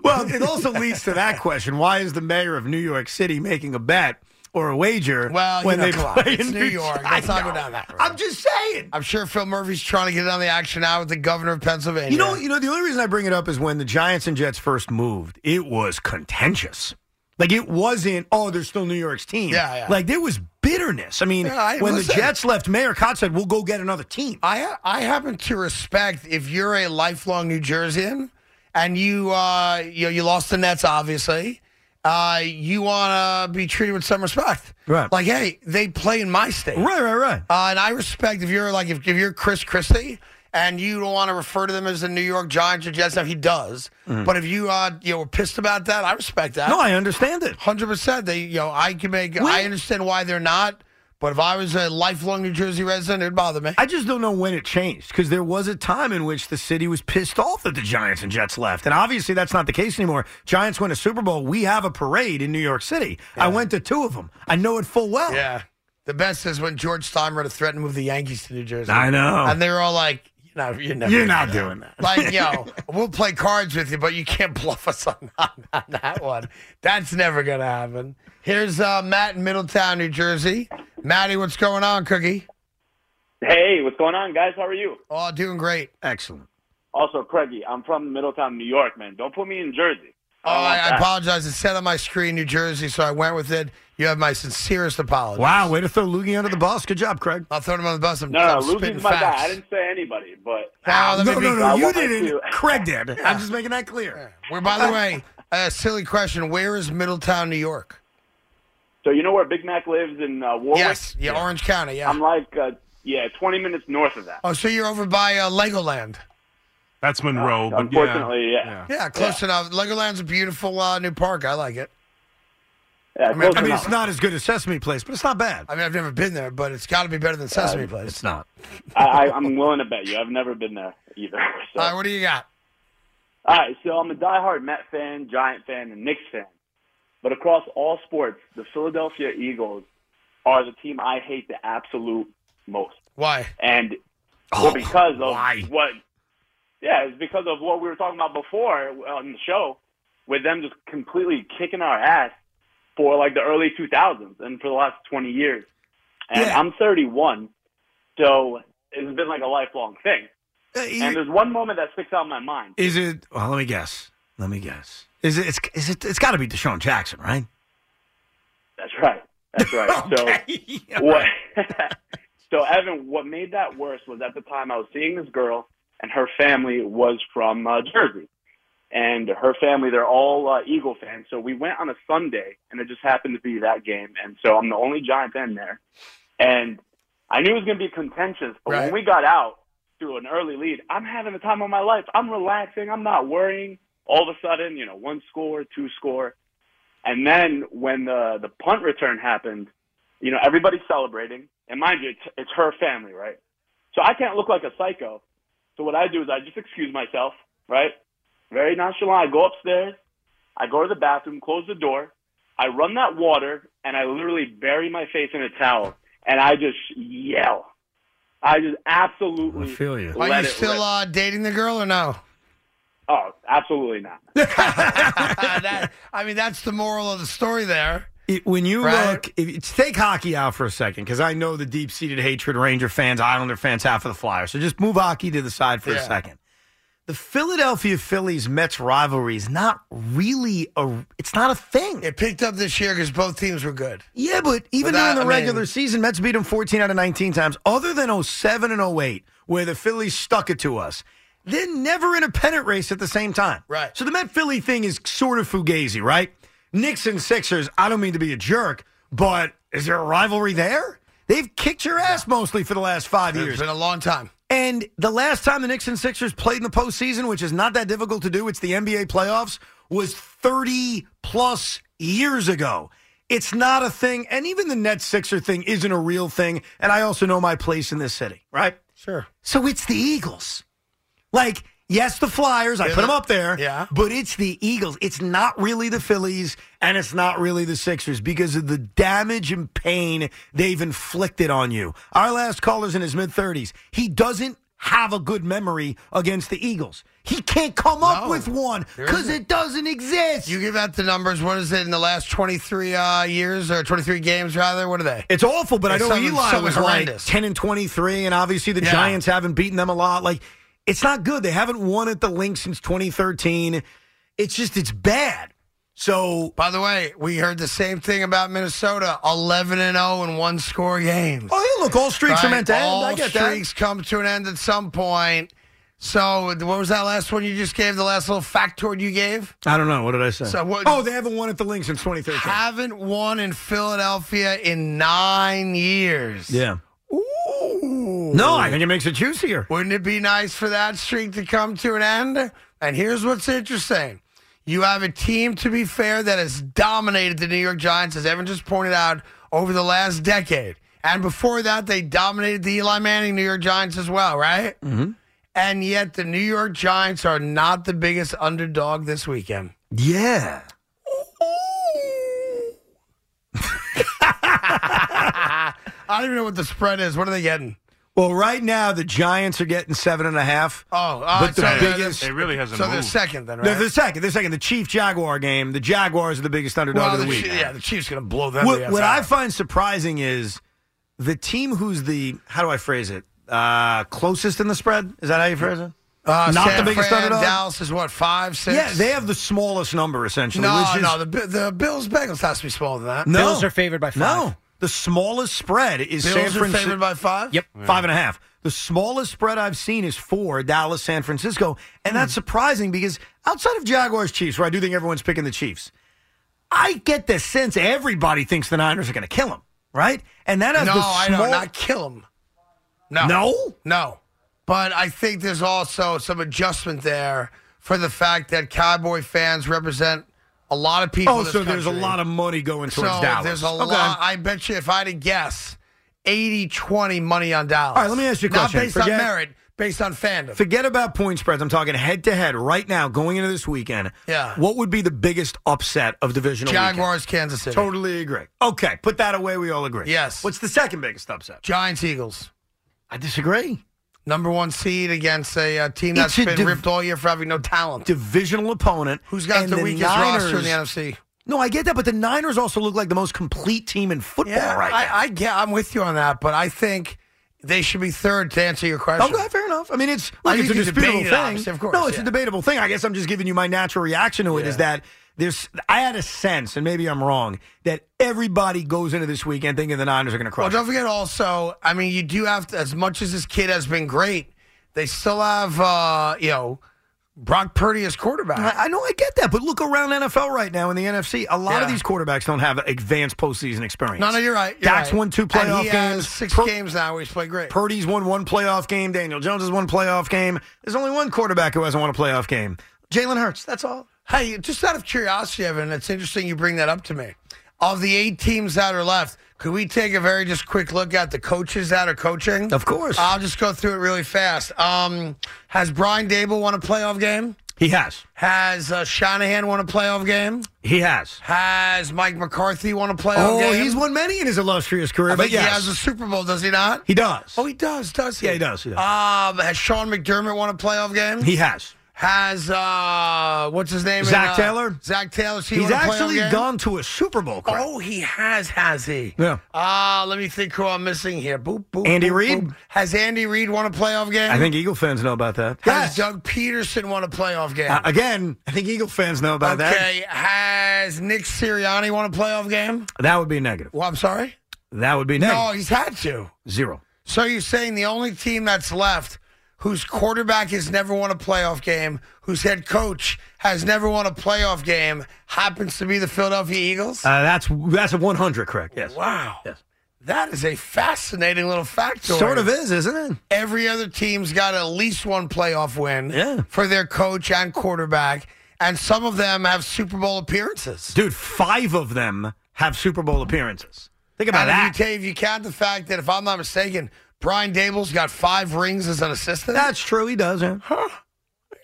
C: Well, it also leads to that question: Why is the mayor of New York City making a bet or a wager
B: Well, you
C: when
B: know,
C: they
B: come on.
C: play
B: It's
C: in
B: New
C: New
B: York.
C: I
B: Let's not go
C: know.
B: down that road.
C: I'm just saying.
B: I'm sure Phil Murphy's trying to get in on the action now with the governor of Pennsylvania.
C: You know, you know. The only reason I bring it up is when the Giants and Jets first moved, it was contentious. Like it wasn't. Oh, they're still New York's team.
B: Yeah, yeah.
C: Like there was bitterness. I mean,
B: Yeah, I-
C: when
B: listen.
C: the Jets left, Mayor Cott said, "We'll go get another team."
B: I I happen to respect if you're a lifelong New Jerseyan and you uh you know, you lost the Nets obviously, uh you want to be treated with some respect.
C: Right.
B: Like hey, they play in my state.
C: right, right, right.
B: Uh, and I respect if you're like if, if you're Chris Christie and you don't want to refer to them as the New York Giants or Jets. Now he does, but if you uh you know were pissed about that, I respect that.
C: Mm-hmm. no, I understand it.
B: Hundred percent. They, you know, I can make. I understand why they're not. But if I was a lifelong New Jersey resident, it'd bother me.
C: I just don't know when it changed because there was a time in which the city was pissed off that the Giants and Jets left. And obviously, that's not the case anymore. Giants win a Super Bowl. We have a parade in New York City. I went to two of them. I know it full well.
B: Yeah. The best is when George Steinbrenner threatened to move the Yankees to New Jersey.
C: I know.
B: And they were all like, you know, you're, never
C: You're
B: gonna
C: not
B: do
C: doing that.
B: Like, yo, we'll play cards with you, but you can't bluff us on, on, on that one. That's never going to happen. Here's uh, Matt in Middletown, New Jersey. Matty, what's going on, Cookie?
H: Hey, what's going on, guys? How are you?
B: Oh, doing great.
C: Excellent.
H: Also, Craigie, I'm from Middletown, New York, man. Don't put me in Jersey.
B: Oh, I, I apologize. It said on my screen New Jersey, so I went with it. You have my sincerest apologies.
C: Wow, way to throw Lugie under the bus. Good job, Craig.
B: I'll throw him on the bus. I'm,
H: No,
B: I'm
H: no,
B: spitting
H: Lugi's my
B: facts.
H: guy. I didn't say anybody, but
B: Now, let
C: no,
B: me be-
C: no, no,
H: I
C: you
H: want my
C: didn't.
H: two.
C: Craig did. I'm just making that clear.
B: Where, by the way, a silly question. Where is Middletown, New York?
H: So you know where Big Mac lives in uh, Warwick?
B: Yes, yeah, Orange County. Yeah.
H: I'm like, uh, yeah, 20 minutes north of that.
B: oh, so you're over by uh, Legoland.
D: That's Monroe. but
H: Uh, Unfortunately, yeah.
D: yeah.
B: Yeah, close enough. Legoland's a beautiful uh, new park. I like it.
H: Yeah,
C: I mean,
H: close
C: I mean
H: enough.
C: it's not as good as Sesame Place, but it's not bad.
B: I mean, I've never been there, but it's got to be better than Sesame Place.
C: It's not.
H: I, I, I'm willing to bet you. I've never been there either. So.
B: All right, what do you got?
H: All right, so I'm a diehard Met fan, Giant fan, and Knicks fan. But across all sports, the Philadelphia Eagles are the team I hate the absolute most.
B: Why?
H: And
B: Oh,
H: well, because of what? Yeah, it's because of what we were talking about before on the show, with them just completely kicking our ass for like the early 2000s and for the last 20 years. And
C: Yeah.
H: I'm 31, so it's been like a lifelong thing.
C: Uh, you-
H: And there's one moment that sticks out in my mind.
C: Is it? Well, let me guess. Let me guess. Is it? It's, is it? It's got to be Deshaun Jackson, right?
H: That's right. That's right.
C: Yeah,
H: So what? so Evan, what made that worse was at the time I was seeing this girl, and her family was from uh, Jersey, and her family they're all uh, Eagle fans. So we went on a Sunday, and it just happened to be that game, and so I'm the only Giant fan there, and I knew it was going to be contentious. But when
B: Right.
H: we got out to an early lead, I'm having the time of my life. I'm relaxing. I'm not worrying. All of a sudden, you know, one score, two score. And then when the the punt return happened, you know, everybody's celebrating. And mind you, it's, it's her family, right? So I can't look like a psycho. So what I do is I just excuse myself, right? Very nonchalant. I go upstairs. I go to the bathroom, close the door. I run that water, and I literally bury my face in a towel. And I just yell. I just absolutely
C: I feel you.
B: Are
H: let
B: you
H: it
B: still
H: rip.
B: uh, dating the girl or no?
H: Oh, absolutely not.
B: That- I mean, that's the moral of the story there.
C: It- when you
B: Right.
C: look, if, it's- take hockey out for a second because I know the deep seated hatred Ranger fans, Islander fans have for the Flyers. So just move hockey to the side for
B: Yeah.
C: a second. The Philadelphia Phillies Mets rivalry is not really a. It's not a thing.
B: It picked up this year because both teams were good.
C: Yeah, but even
B: Without-
C: during the
B: I mean-
C: regular season, Mets beat them 14 out of 19 times, other than 07 and 08, where the Phillies stuck it to us. They're never in a pennant race at the same time.
B: Right.
C: So the Met Philly thing is sort of fugazi, right? Knicks and Sixers, I don't mean to be a jerk, but is there a rivalry there? They've kicked your ass mostly for the last five
B: It's
C: years.
B: been a long time.
C: And the last time the Knicks and Sixers played in the postseason, which is not that difficult to do, it's the NBA playoffs, was 30 plus years ago. It's not a thing. And even the Nets Sixer thing isn't a real thing. And I also know my place in this city, right?
B: Sure.
C: So it's the Eagles. Like, yes, the Flyers, I
B: Yeah,
C: put them
B: the-
C: up there.
B: yeah.
C: But it's the Eagles. It's not really the Phillies and it's not really the Sixers because of the damage and pain they've inflicted on you. Our last caller's in his mid 30s. He doesn't have a good memory against the Eagles. He can't come up
B: No.
C: with one
B: There
C: because
B: isn't.
C: it doesn't exist.
B: You give out the numbers. What is it in the last 23 uh, years or 23 games, rather? What are they?
C: It's awful, but I
B: It's
C: know
B: something-
C: Eli
B: something
C: was
B: horrendous.
C: like ten and twenty three, and obviously the
B: Yeah.
C: Giants haven't beaten them a lot. Like it's not good. They haven't won at the link since twenty thirteen. It's just it's bad. So
B: By the way, we heard the same thing about Minnesota 11 and 0 in one score games.
C: oh yeah, look, all streaks
B: Right?
C: are meant to
B: All
C: end. I get
B: streaks come to an end at some point. So, what was that last one you just gave? The last little factoid you gave?
C: that. I don't know what did I say.
B: So what-
C: oh, they haven't won at the link since twenty thirteen.
B: Haven't won in Philadelphia in nine years.
C: Yeah.
B: Ooh.
C: No, I think it makes it juicier.
B: Wouldn't it be nice for that streak to come to an end? And here's what's interesting. You have a team, to be fair, that has dominated the New York Giants, as Evan just pointed out, over the last decade. And before that, they dominated the Eli Manning New York Giants as well, right? Mm-hmm. And yet, the New York Giants are not the biggest underdog this weekend.
C: Yeah.
B: I don't even know what the spread is. What are they getting?
C: Well, right now the Giants are getting seven and a half.
B: Oh, all right,
C: But
B: so
C: the
B: they're-
C: biggest-
D: It really hasn't
B: So they're
D: moved.
B: second, then, right?
C: They're the second. They're second. The Chief Jaguar game. The Jaguars are the biggest underdog
B: well,
C: of the,
B: the
C: week.
B: Chi- yeah, the Chiefs going to blow them. the
C: what,
B: F
C: what
B: out.
C: I find surprising is the team who's the how do I phrase it uh, closest in the spread. Is that how you phrase it?
B: Uh,
C: Not
B: San
C: the biggest
B: Fran,
C: underdog?
B: Dallas is what five, six.
C: Yeah, they have the smallest number essentially.
B: no,
C: which is,
B: no. The, Bi- the Bills Bengals has to be smaller than that.
C: No.
J: Bills are favored by five.
C: No, the smallest spread is
B: Bills
C: San
B: are
C: Francisco
B: favored by five?
C: Yep, five and a half. The smallest spread I've seen is four: Dallas, San Francisco, and that's
B: Hmm.
C: surprising because outside of Jaguars, Chiefs, where I do think everyone's picking the Chiefs, I get the sense everybody thinks the Niners are going to kill them, right? And that has
B: no,
C: the
B: I
C: small.
B: don't. Not kill them. No.
C: No?
B: No. But I think there's also some adjustment there for the fact that Cowboy fans represent a lot of people.
C: oh,
B: in this
C: so there's a
B: country.
C: lot of money going towards
B: so
C: Dallas.
B: There's a
C: Okay.
B: lot. I bet you, if I had to guess, 80 20 money on Dallas.
C: All right, let me ask you a question.
B: Not based
C: Forget-
B: on merit, based on fandom.
C: Forget about point spreads. I'm talking head to head right now, going into this weekend.
B: Yeah.
C: What would be the biggest upset of divisional weekend?
B: Jaguars, Kansas City.
C: Totally agree. Okay, put that away. We all agree.
B: Yes.
C: What's the second biggest upset?
B: Giants, Eagles.
C: I disagree.
B: Number one seed against a uh, team
C: It's
B: that's
C: a
B: been
C: div-
B: ripped all year for having no talent.
C: Divisional opponent.
B: Who's got
C: and
B: the weakest
C: Niners-
B: roster in the NFC?
C: No, I get that, but the Niners also look like the most complete team in football
B: Yeah,
C: right
B: I,
C: now.
B: I get. I'm with you on that, but I think they should be third to answer your question.
C: Okay, Oh, fair enough. I mean, it's
B: I
C: look, it's a
B: think you
C: disputable
B: debate it,
C: thing.
B: obviously, of course,
C: no, it's
B: yeah.
C: a debatable thing. I guess I'm just giving you my natural reaction to it. Is that there's I had a sense, and maybe I'm wrong, that everybody goes into this weekend thinking the Niners are going to
B: Well,
C: crush.
B: don't forget also. I mean, you do have to. As much as this kid has been great, they still have uh, you know Brock Purdy as quarterback.
C: I, I know I get that, but look around NFL right now in the NFC. A lot of
B: Yeah.
C: these quarterbacks don't have advanced postseason experience.
B: no, no, you're right. You're
C: Dak's
B: right.
C: won two
B: And
C: playoff
B: he has
C: games.
B: six
C: Pur-
B: games now. Where he's played great.
C: Purdy's won one playoff game. Daniel Jones has won playoff game. There's only one quarterback who hasn't won a playoff game. Jalen Hurts. That's all.
B: Hey, just out of curiosity, Evan, it's interesting you bring that up to me. Of the eight teams that are left, could we take a very just quick look at the coaches that are coaching?
C: Of course.
B: I'll just go through it really fast. Um, has Brian Dable won a playoff game?
C: He has.
B: Has uh, Shanahan won a playoff game?
C: He has.
B: Has Mike McCarthy won a playoff
C: Oh,
B: game?
C: he's won many in his illustrious career,
B: I
C: but
B: think
C: yes.
B: he has a Super Bowl, does he not?
C: He does.
B: Oh, he does, does he?
C: Yeah, he does, he does.
B: Um, has Sean McDermott won a playoff game?
C: He has.
B: Has uh, what's his name?
C: Zach
B: uh,
C: Taylor?
B: Zach Taylor. He
C: He's
B: won a playoff
C: actually
B: game?
C: gone to a Super Bowl. Crap.
B: Oh, he has, has he?
C: Yeah.
B: Ah, let me think who I'm missing here. Boop, boop.
C: Andy
B: boop,
C: Reid?
B: boop. Has Andy Reid won a playoff game?
C: I think Eagle fans know about that.
B: Has Doug Peterson won a playoff game?
C: Uh, again, I think Eagle fans know about that.
B: okay. Has Nick Sirianni won a playoff game?
C: That would be negative.
B: Well, I'm sorry.
C: That would be negative.
B: No, he's had to.
C: Zero.
B: So you're saying the only team that's left whose quarterback has never won a playoff game, whose head coach has never won a playoff game, happens to be the Philadelphia Eagles?
C: Uh, that's that's a 100, correct? Yes.
B: wow.
C: Yes.
B: That is a fascinating little factoid.
C: Sort of is, isn't it?
B: Every other team's got at least one playoff win
C: Yeah.
B: for their coach and quarterback, and some of them have Super Bowl appearances.
C: Dude, five of them have Super Bowl appearances. Think about
B: And if
C: that.
B: you, ta- if you count the fact that, if I'm not mistaken, Brian Dable's got five rings as an assistant.
C: that's true. He does. Yeah.
B: huh.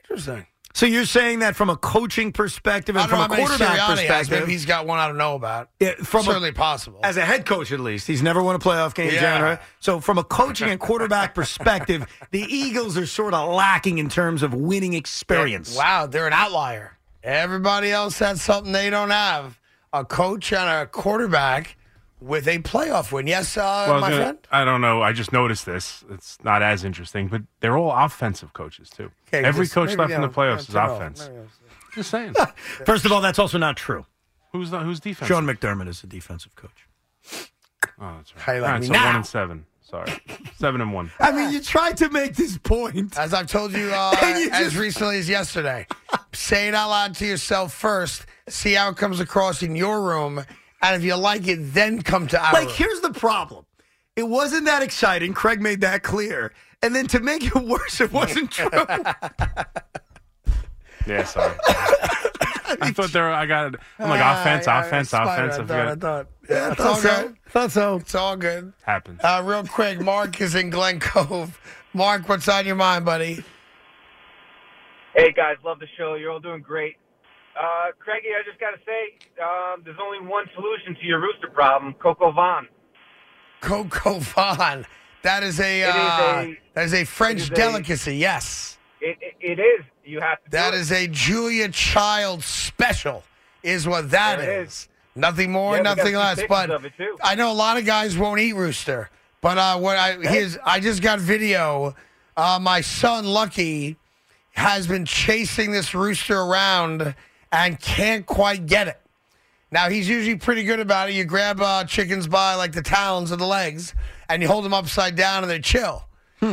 B: Interesting.
C: So you're saying that from a coaching perspective
B: I
C: and
B: don't know
C: from
B: how
C: a
B: many
C: quarterback
B: Sirianni has.
C: perspective,
B: Maybe he's got one I don't know about.
C: Yeah, from a-
B: Certainly possible.
C: as a head coach at least, he's never won a playoff game,
B: Yeah.
C: John, right? So from a coaching and quarterback perspective, the Eagles are sort of lacking in terms of winning experience.
B: Wow, they're an outlier. Everybody else has something they don't have. A coach and a quarterback with a playoff win. Yes, uh,
D: Well, I was
B: my
D: gonna-
B: friend?
D: I don't know. I just noticed this. It's not as interesting, but they're all offensive coaches too.
B: Okay,
D: Every
B: just-
D: coach
B: maybe
D: left in the
B: don't-
D: playoffs is
B: don't know.
D: offense. Just saying.
C: First of all, that's also not true.
D: who's the, who's defense?
C: Sean McDermott is a defensive coach.
D: Oh, that's right.
B: How you like
D: All right,
B: me
D: so
B: now?
D: one and seven. Sorry, seven and one.
C: I mean, you tried to make this point.
B: As I've told you, uh,
C: And you
B: as
C: just-
B: recently as yesterday, say it out loud to yourself first. See how it comes across in your room, and if you like it, then come to our.
C: Like,
B: room.
C: here's the problem. It wasn't that exciting. Craig made that clear. And then to make it worse, it wasn't true.
D: Yeah, sorry. I thought there. I got. I'm like
B: Ah,
D: offense,
B: yeah,
D: offense,
B: Spider,
D: offense.
B: I
D: I
B: thought, I
D: forgot.
B: thought. Yeah, it's all good.
C: Thought so.
B: It's all good.
D: Happens.
B: Uh, real quick, Mark is in Glen Cove. Mark, what's on your mind, buddy?
K: Hey guys, love the show. You're all doing great. Uh, Craigie, I just gotta say, um, there's only one solution to your rooster problem: Coco Vaughn.
B: Coco Vaughn. That is a,
K: It is
B: uh,
K: a-
B: that is a French
K: it is a-
B: delicacy. yes,
K: It, it, it is. You have to.
B: that
K: do it.
B: is a Julia Child special. Is what that
K: There it
B: is. Nothing more,
K: Yeah, we got
B: nothing
K: some
B: less.
K: pictures
B: But
K: of it, too.
B: I know a lot of guys won't eat rooster. But uh, what I his I just got video. Uh, my son Lucky has been chasing this rooster around and can't quite get it. Now he's usually pretty good about it. You grab uh, chickens by like the talons of the legs, and you hold them upside down, and they chill.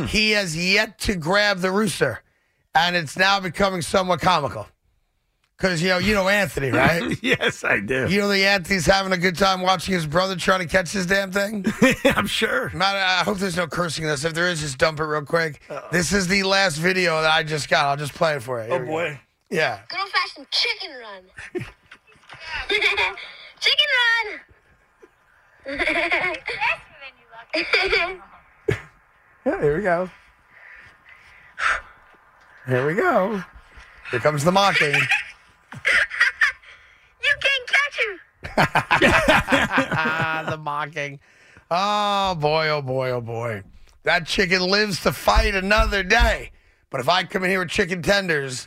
B: He has yet to grab the rooster, and it's now becoming somewhat comical. Because you know, you know Anthony, right?
C: yes, I do.
B: You know the Anthony's having a good time watching his brother trying to catch this damn thing.
C: I'm sure.
B: Not, I hope there's no cursing in this. If there is, just dump it real quick. This is the last video that I just got. I'll just play it for you. Here we go. Yeah.
J: Good old fashioned chicken run. chicken run.
B: Yeah, here we go. Here we go. Here comes the mocking.
J: you can't catch him.
B: the mocking. Oh boy, oh boy, oh boy. That chicken lives to fight another day. But if I come in here with chicken tenders,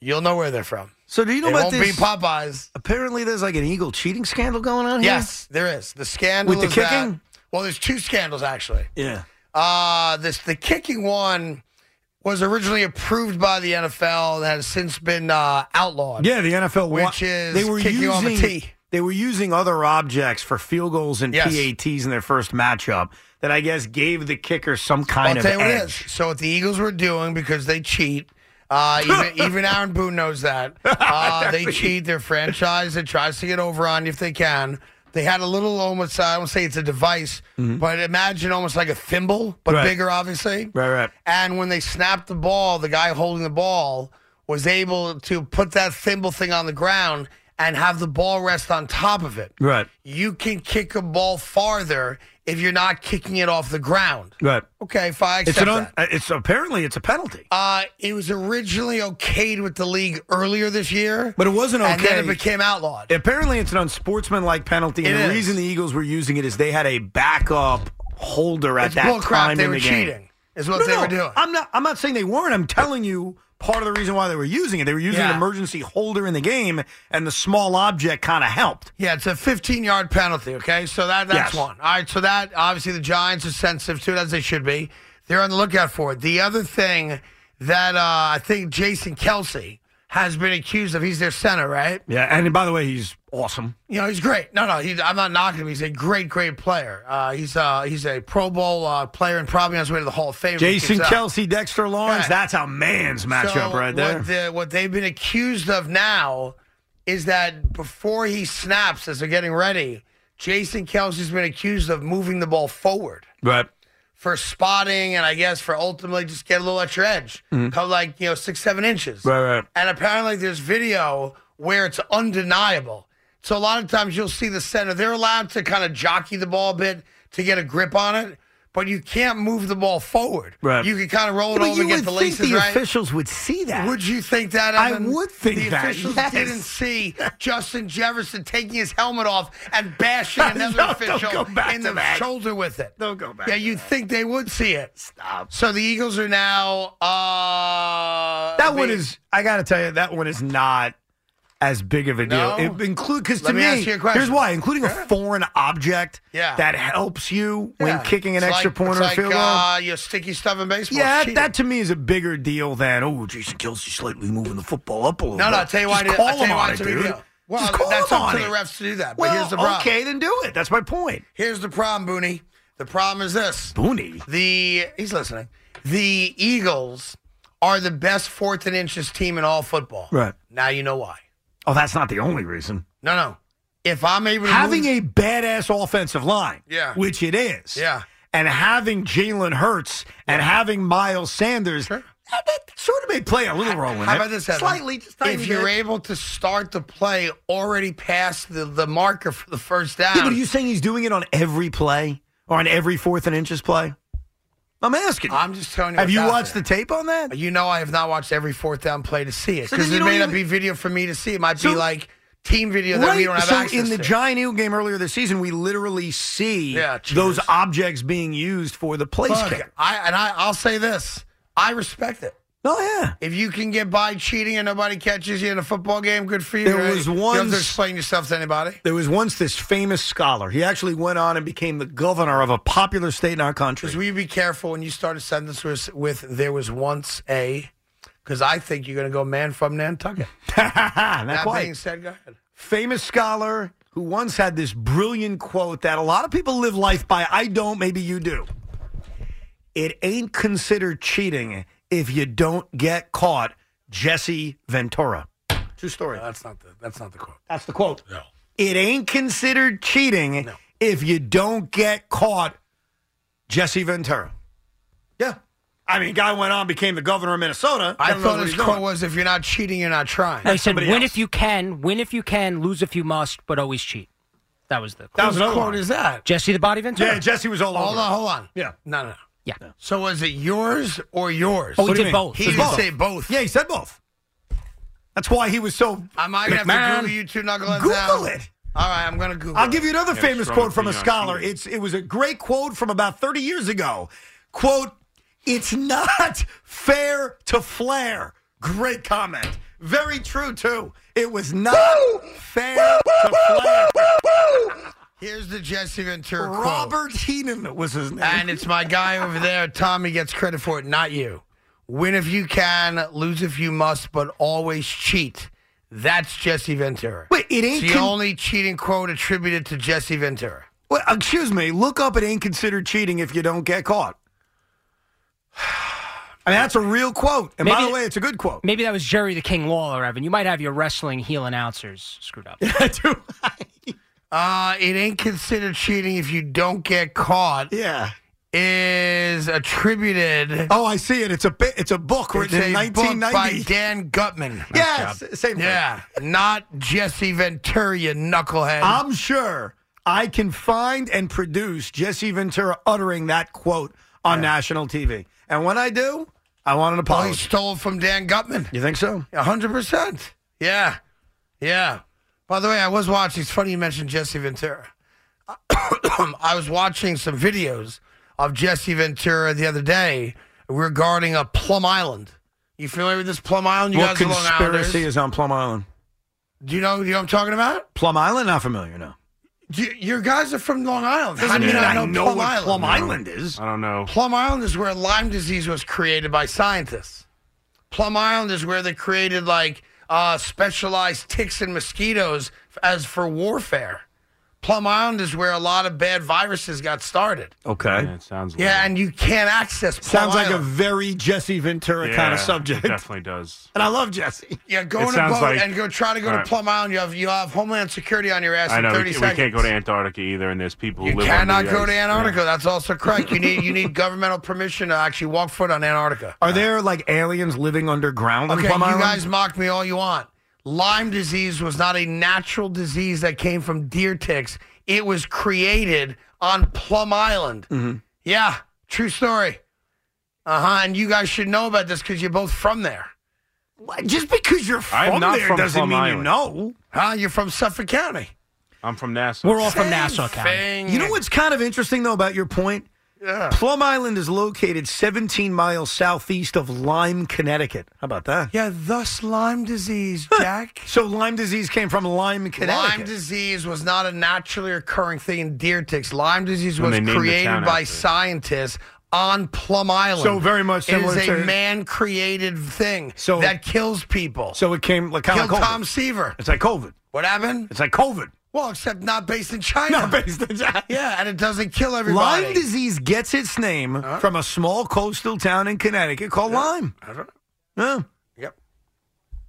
B: you'll know where they're from.
C: So do you know
B: It
C: about
B: won't
C: this?
B: be Popeyes.
C: Apparently, there's like an Eagle cheating scandal going on here.
B: Yes, there is. The scandal
C: Mhm. With the
B: is that-
C: kicking?
B: well, there's two scandals actually.
C: Yeah.
B: Uh this the kicking one was originally approved by the NFL that has since been uh, outlawed.
C: Yeah, the NFL, wa-
B: which is
C: they were
B: kicking
C: using
B: on the tee.
C: they were using other objects for field goals and
B: Yes.
C: PATs in their first matchup. That I guess gave the kicker some kind
B: I'll
C: of
B: tell you what
C: edge.
B: it is. So what the Eagles were doing because they cheat. Uh, even, even Aaron Boone knows that. Uh, they cheat. Their franchise that tries to get over on you if they can. They had a little almost. I don't say it's a device, but imagine almost like a thimble, but
C: Mm-hmm. Right.
B: bigger, obviously.
C: Right, right.
B: And when they snapped the ball, the guy holding the ball was able to put that thimble thing on the ground and have the ball rest on top of it.
C: Right,
B: You can kick a ball farther if you're not kicking it off the ground.
C: right.
B: Okay, if I
C: It's
B: accept
C: an un-
B: that.
C: uh, it's apparently it's a penalty,
B: Uh, it was originally okayed with the league earlier this year,
C: but it wasn't okay.
B: and then it became outlawed.
C: Apparently, it's an unsportsmanlike penalty. and
B: It
C: the
B: is.
C: reason the Eagles were using it is they had a backup holder at
B: It's
C: that
B: bull crap.
C: time
B: They
C: in
B: were
C: the game.
B: cheating, is what
C: No,
B: they
C: no,
B: were doing.
C: I'm not. I'm not saying they weren't. I'm telling you part of the reason why they were using it. They were using an
B: Yeah.
C: emergency holder in the game, and the small object kind of helped.
B: Yeah, it's a 15 yard penalty. Okay, so that that's
C: Yes.
B: one. All right, so that obviously the Giants are sensitive to it as they should be. They're on the lookout for it. The other thing that uh, I think Jason Kelsey has been accused of, he's their center, right?
C: Yeah, and by the way, he's awesome.
B: You know, he's great. No, no, he's, I'm not knocking him. He's a great, great player. Uh, he's uh, he's a Pro Bowl uh, player and probably on his way to the Hall of Fame. if he
C: Jason
B: keeps up.
C: Kelsey, Dexter Lawrence.
B: Yeah.
C: That's a man's matchup
B: So
C: right there.
B: What, the, what they've been accused of now is that before he snaps, as they're getting ready, Jason Kelsey's been accused of moving the ball forward
C: right.
B: for spotting and I guess for ultimately just get a little extra edge, come like you know six seven inches.
C: Mm-hmm. Right, right.
B: And apparently there's video where it's undeniable. So a lot of times you'll see the center; they're allowed to kind of jockey the ball a bit to get a grip on it, but you can't move the ball forward.
C: Right.
B: You can kind of roll it
C: But
B: over,
C: you
B: get
C: would
B: the
C: think
B: laces
C: the
B: right.
C: officials would see that.
B: Would you think that?
C: I
B: Evan?
C: would think
B: the
C: that,
B: officials
C: yes.
B: didn't see Justin Jefferson taking his helmet off and bashing
C: No,
B: another
C: don't
B: official
C: go back
B: in
C: to
B: the
C: that.
B: shoulder with it.
C: Don't go back
B: Yeah,
C: to
B: you'd think they would see it.
C: Stop.
B: So the Eagles are now. Uh,
C: That one
B: they-
C: is. I gotta tell you, that one is not as big of a deal.
B: No?
C: It include because to
B: Let me ask you a question.
C: here's why: including a foreign object
B: Yeah.
C: that helps you
B: Yeah.
C: when kicking an
B: It's
C: extra
B: like,
C: point
B: it's
C: or a
B: like,
C: field goal.
B: Uh, your sticky stuff in baseball.
C: yeah,
B: It's
C: that to me is a bigger deal than oh, Jason Kelsey slightly moving the football up a little.
B: No,
C: bit.
B: no, I'll tell you why
C: Just
B: I did-
C: Call
B: I'll tell
C: him
B: you why
C: on
B: it's
C: it,
B: a big
C: dude.
B: deal. Well,
C: Just call
B: that's
C: him
B: up
C: on
B: to the
C: it.
B: refs to do that, but
C: Well,
B: here's the problem.
C: Okay, then do it. That's my point.
B: Here's the problem, Booney. The problem is this.
C: Booney.
B: The he's listening. The Eagles are the best fourth and inches team in all football.
C: Right.
B: Now you know why.
C: Oh, that's not the only reason.
B: No, no. If I'm able to
C: having
B: move,
C: a badass offensive line,
B: Yeah.
C: which it is,
B: Yeah.
C: and having Jalen Hurts and having Miles Sanders, that, that sort of may play a little role in
B: how
C: it.
B: about this? Evan?
C: Slightly, just tiny
B: If you're
C: bit.
B: able to start the play already past the, the marker for the first down,
C: Yeah, but are you saying he's doing it on every play or on every fourth and inches play? I'm asking. you.
B: I'm just telling you.
C: Have
B: what's
C: you
B: out
C: watched
B: there.
C: the tape on that?
B: You know, I have not watched every fourth down play to see it
C: So
B: because
C: then you
B: it
C: don't
B: may not
C: even-
B: be video for me to see. It might
C: So-
B: be like team video that we don't have
C: so
B: access
C: in the
B: to.
C: Giant Eagle game earlier this season, we literally see
B: Yeah, cheaters.
C: those objects being used for the place
B: Look,
C: kicker.
B: I and I, I'll say this: I respect it.
C: Oh yeah.
B: If you can get by cheating and nobody catches you in a football game, good for you.
C: There
B: right?
C: was
B: You don't have to
C: once-
B: explain yourself to anybody.
C: There was once this famous scholar. He actually went on and became the governor of a popular state in our country.
B: Because will you be careful when you start a sentence with, with "there was once a"? because I think you're going to go man from Nantucket. that
C: quite.
B: being said, go ahead.
C: famous scholar who once had this brilliant quote that a lot of people live life by. I don't, maybe you do. It ain't considered cheating if you don't get caught. Jesse Ventura. True story.
B: that's not the that's not the quote.
C: That's the quote.
B: No.
C: It ain't considered cheating if you don't get caught. Jesse Ventura. Yeah. I mean, guy went on, became the governor of Minnesota.
B: I
C: don't know
B: thought
C: what
B: his
C: he's
B: quote
C: doing.
B: was, "If you're not cheating, you're not trying."
L: I said, win if you can, win if you can, lose if you must, but always cheat. That was the
B: That was another quote is that?
L: Jesse the Body Ventura.
C: Yeah, Jesse was all
B: Hold
L: over
B: on,
L: it.
B: hold on. Yeah. No, no, no.
L: Yeah.
B: So was it yours or yours?
L: Oh, he What do you did mean? both.
B: He
L: He
B: did
L: did
B: say both.
C: Yeah, he said both. That's why he was so.
B: Am I gonna have
C: McMahon.
B: to Google you two knuckleheads
C: Google
B: now?
C: it.
B: All right, I'm gonna Google.
C: I'll give you another
B: Yeah,
C: famous
B: strong
C: quote from a
B: opinion on
C: scholar.
B: cheating.
C: It's it was a great quote from about 30 years ago. Quote, "It's not fair to flare." Great comment. Very true too. It was not fair to flare.
B: Here's the Jesse Ventura quote.
C: Robert Heenan was his name.
B: And it's my guy over there. Tommy gets credit for it, not you. Win if you can, lose if you must, but always cheat. That's Jesse Ventura.
C: Wait, it ain't
B: It's the
C: con-
B: only cheating quote attributed to Jesse Ventura.
C: Well, excuse me. Look up. It ain't considered cheating if you don't get caught. I mean, that's a real quote. And by
L: Maybe-
C: the way, it's a good quote.
L: Maybe that was Jerry the King Lawler, Evan. You might have your wrestling heel announcers screwed up.
B: Uh, it ain't considered cheating if you don't get caught.
C: Yeah.
B: Is attributed.
C: Oh, I see it. It's a bi- it's a book
B: It's
C: written in
B: a book
C: 1990.
B: by Dan Gutman.
C: Yes, same. thing.
B: Yeah, not Jesse Ventura, you knucklehead.
C: I'm sure I can find and produce Jesse Ventura uttering that quote on national TV. And when I do, I want an
B: Well, he
C: apology.
B: stole from Dan Gutman.
C: You think so?
B: A hundred percent. Yeah, yeah. By the way, I was watching. It's funny you mentioned Jesse Ventura. I was watching some videos of Jesse Ventura the other day regarding a Plum Island. You familiar with this Plum Island? You
C: what
B: guys are Long Islanders.
C: conspiracy is on Plum Island?
B: Do you know? Do you know what I'm talking about?
C: Plum Island? Not familiar, no.
B: Do you, your guys are from Long Island. How
C: Doesn't
B: do you
C: mean
B: not
C: I know
B: Plum
C: what
B: Island?
C: Plum Island is.
D: I don't know.
B: Plum Island is where Lyme disease was created by scientists. Plum Island is where they created like uh, specialized ticks and mosquitoes f- as for warfare. Plum Island is where a lot of bad viruses got started.
C: Okay.
D: Yeah, it sounds.
B: Yeah, and you can't access. Plum
C: Sounds like a
B: Island.
C: very Jesse Ventura
D: like-
C: kind of
D: Yeah,
C: subject.
D: It definitely does.
C: And I love Jesse.
B: yeah. Go
D: it
B: in a
D: sounds
B: boat
D: like-
B: and go try to go
D: all
B: to
D: right.
B: Plum Island. You have you have Homeland Security on your ass
D: I know
B: in
D: we,
B: thirty
D: ca- we
B: seconds.
D: can't go to Antarctica either, and there's people who
B: you
D: live
B: cannot
D: under the
B: go
D: ice.
B: to
D: Yeah.
B: Antarctica. That's also correct. You need you need governmental permission to actually walk foot on Antarctica.
C: Are there like aliens living underground on
B: Okay,
C: Plum
B: you
C: Island?
B: guys mock me all you want. Lyme disease was not a natural disease that came from deer ticks. It was created on Plum Island.
C: Mm-hmm.
B: Yeah, true story. Uh huh. And you guys should know about this because you're both from there.
C: Just because you're from
D: I'm not
C: there
D: from
C: doesn't
D: Plum
C: mean you
D: Island.
C: know.
B: Huh? You're from Suffolk County.
D: I'm from Nassau.
L: We're all from
B: Same
L: Nassau County.
B: thing.
C: You know what's kind of interesting though about your point?
B: Yeah.
C: Plum Island is located 17 miles southeast of Lyme, Connecticut. How about that?
B: Yeah, thus Lyme disease, Jack.
C: So Lyme disease came from Lyme, Connecticut.
B: Lyme disease was not a naturally occurring thing in deer ticks. Lyme disease
D: When
B: was
D: they named the
B: created
D: town
B: by
D: after it.
B: scientists on Plum Island.
C: So very much
B: it is
C: similar
B: a
C: to-
B: man-created thing
C: So-
B: that kills people.
C: So it came like kind
B: Kill
C: of like COVID.
B: Tom Seaver.
C: It's like COVID.
B: What happened?
C: It's like COVID.
B: Well, except not based in China.
C: Not based in China.
B: Yeah, and it doesn't kill everybody.
C: Lyme disease gets its name from a small coastal town in Connecticut called Lyme.
B: I don't
C: Yeah,
B: Yep.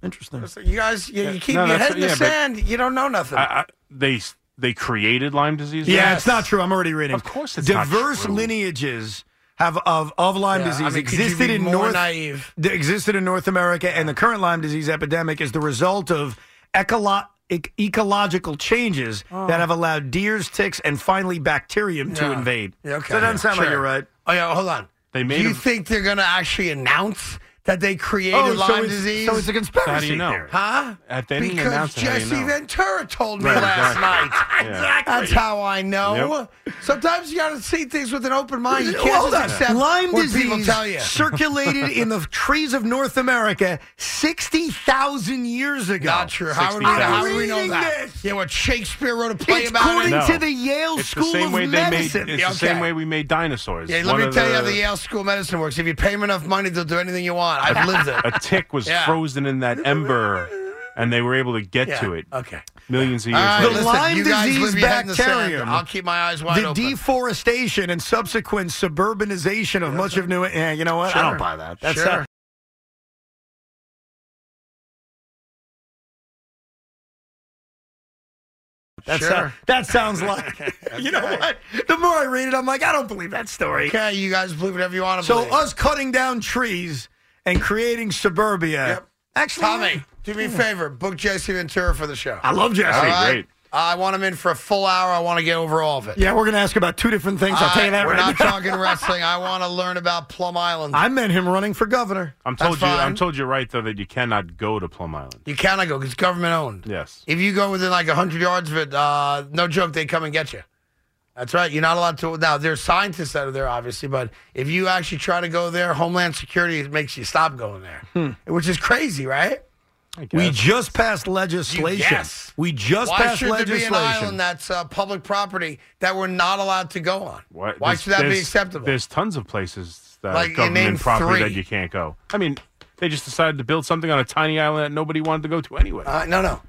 C: interesting.
B: So you guys, you, you keep
D: No,
B: your
D: that's-
B: head in the
D: yeah, but-
B: sand. You don't know nothing.
D: I, I, they they created Lyme disease.
C: Yeah,
D: Yes.
C: it's not true. I'm already reading.
D: Of course it's not
C: diverse
D: true.
C: lineages have of of Lyme
B: Yeah, I
C: disease
B: mean, could you
C: existed
B: be
C: in
B: more
C: North
B: naive?
C: that existed in North America, and the current Lyme disease epidemic is the result of ecolo- ec- ecological changes that have allowed deers, ticks, and finally bacterium to
B: Oh. Yeah.
C: invade.
B: Yeah, okay.
C: So it doesn't sound like
B: Sure.
C: you're right.
B: Oh yeah, hold on.
D: They
B: Do
D: made
B: you
D: a-
B: think they're gonna actually announce that they created
C: Oh, so
B: Lyme
C: it's-
B: disease?
C: So it's a conspiracy.
D: How do you know? Uh,
C: theory.
B: Huh?
D: At the end of the
B: because
D: announcement, how do you
B: Jesse
D: know?
B: Ventura told me
D: Right,
B: last
D: exactly.
B: night.
D: Yeah.
C: Exactly.
B: That's how I know. Sometimes you got to see things with an open mind. You can't
C: Hold
B: just
C: on.
B: accept
C: Lyme
B: what
C: disease
B: people tell you.
C: circulated in the trees of North America 60,000 years ago.
B: Not true. How would we,
D: 60,000.
B: how would we know
C: I'm
B: that?
C: reading this.
B: Yeah, what Shakespeare wrote a play
C: It's
B: about
C: according
B: it.
D: No.
C: to the Yale
D: It's
C: School
D: the same
C: of
D: way they made. It's
C: Medicine.
D: the same
B: Okay.
D: way we made dinosaurs.
B: Yeah, let
D: One
B: me
D: of
B: tell you how the Yale School of Medicine works. If you pay them enough money, they'll do anything you not. I've lived it.
D: A tick was
B: Yeah.
D: frozen in that ember, and they were able to get
B: Yeah,
D: to it.
B: Okay.
D: Millions of
B: All
D: years
B: right,
D: later.
B: listen,
C: Lyme
B: you guys
C: disease
B: live your head in the sand.
C: bacterium.
B: I'll keep my eyes wide
C: the
B: open.
C: deforestation and subsequent suburbanization of much of New England. Yeah, you know what? I
B: Sure.
C: don't buy that. That's
B: Sure.
C: not- That's
B: Sure.
C: not- that sounds like you know what? The more I read it, I'm like, I don't believe that story.
B: Okay, you guys believe whatever you want to
C: So
B: believe.
C: us cutting down trees and creating suburbia. Actually,
B: Tommy, do me a favor. Book Jesse Ventura for the show.
C: I love Jesse.
B: All right?
C: Great.
B: I want him in for a full hour. I want to get over all of it.
C: Yeah, we're gonna ask about two different things. I'll tell you
B: All right,
C: that
B: We're
C: right
B: not
C: now.
B: talking wrestling. I want to learn about Plum Island.
C: I meant him running for governor.
D: I'm
B: That's
D: told you. I'm
B: fine.
D: told you're right though that you cannot go to Plum Island.
B: You cannot go because government owned.
D: Yes.
B: If you go within like 100 yards of it, uh, no joke, they come and get you. That's right. You're not allowed to. Now, there's scientists that are there, obviously, but if you actually try to go there, Homeland Security makes you stop going there,
C: Hmm.
B: which is crazy, right?
C: We just passed legislation.
B: guess.
C: We just
B: Why
C: passed
B: should there be
C: legislation.
B: an island that's uh, public property that we're not allowed to go on?
D: What?
B: Why
D: There's-
B: should that be
D: there's-
B: acceptable?
D: There's tons of places that
B: Like,
D: are
B: you
D: government
B: named
D: property
B: three.
D: that you can't go. I mean, they just decided to build something on a tiny island that nobody wanted to go to anyway.
B: Uh, no, no.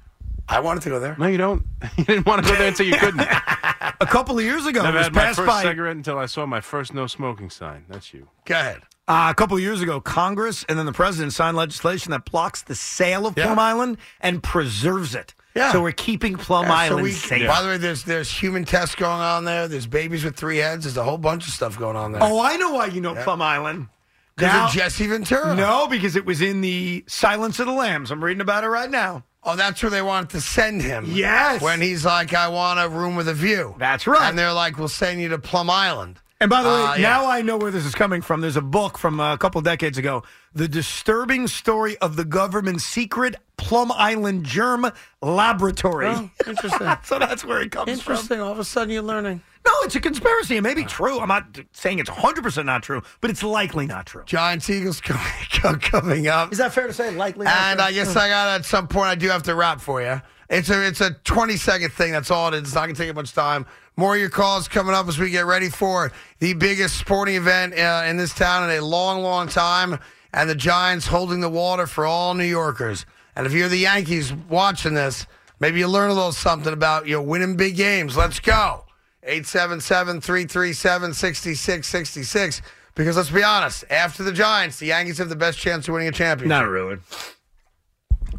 B: I wanted to go there.
D: No, you don't. you didn't want to go there until you couldn't.
C: a couple of years ago, it
D: Never
C: was
D: had my
C: passed
D: first
C: by
D: cigarette until I saw my first no smoking sign. That's you.
B: Go ahead.
C: Uh, a couple of years ago, Congress and then the president signed legislation that blocks the sale of Plum Island and preserves it.
B: Yeah.
C: So we're keeping Plum
B: Yeah, so
C: Island
B: we-
C: safe.
B: By the way, there's there's human tests going on there. There's babies with three heads. There's a whole bunch of stuff going on there.
C: oh, I know why you know Plum Island.
B: because
C: Now-
B: of Jesse Ventura.
C: No, because it was in the Silence of the Lambs. I'm reading about it right now.
B: Oh, that's where they wanted to send him.
C: Yes.
B: When he's like, I want a room with a view.
C: That's right.
B: And they're like, we'll send you to Plum Island.
C: And by the way,
B: Uh, yeah.
C: now I know where this is coming from. There's a book from a couple decades ago, "The Disturbing Story of the Government Secret Plum Island Germ Laboratory."
B: Oh, interesting.
C: so that's where it comes from.
B: Interesting. All of a sudden, you're learning.
C: No, it's a conspiracy. It may be true. I'm not saying it's 100% not true, but it's likely not true.
B: Giants Eagles coming, coming up.
C: Is that fair to say? Likely
B: And I guess I got at some point I do have to wrap for you. It's a it's a twenty second thing. That's all it is. It's not gonna take up much time. More of your calls coming up as we get ready for the biggest sporting event uh, in this town in a long, long time, and the Giants holding the water for all New Yorkers. And if you're the Yankees watching this, maybe you learn a little something about you know, winning big games. Let's go. 877-337-6666. Because let's be honest, after the Giants, the Yankees have the best chance of winning a championship.
C: really.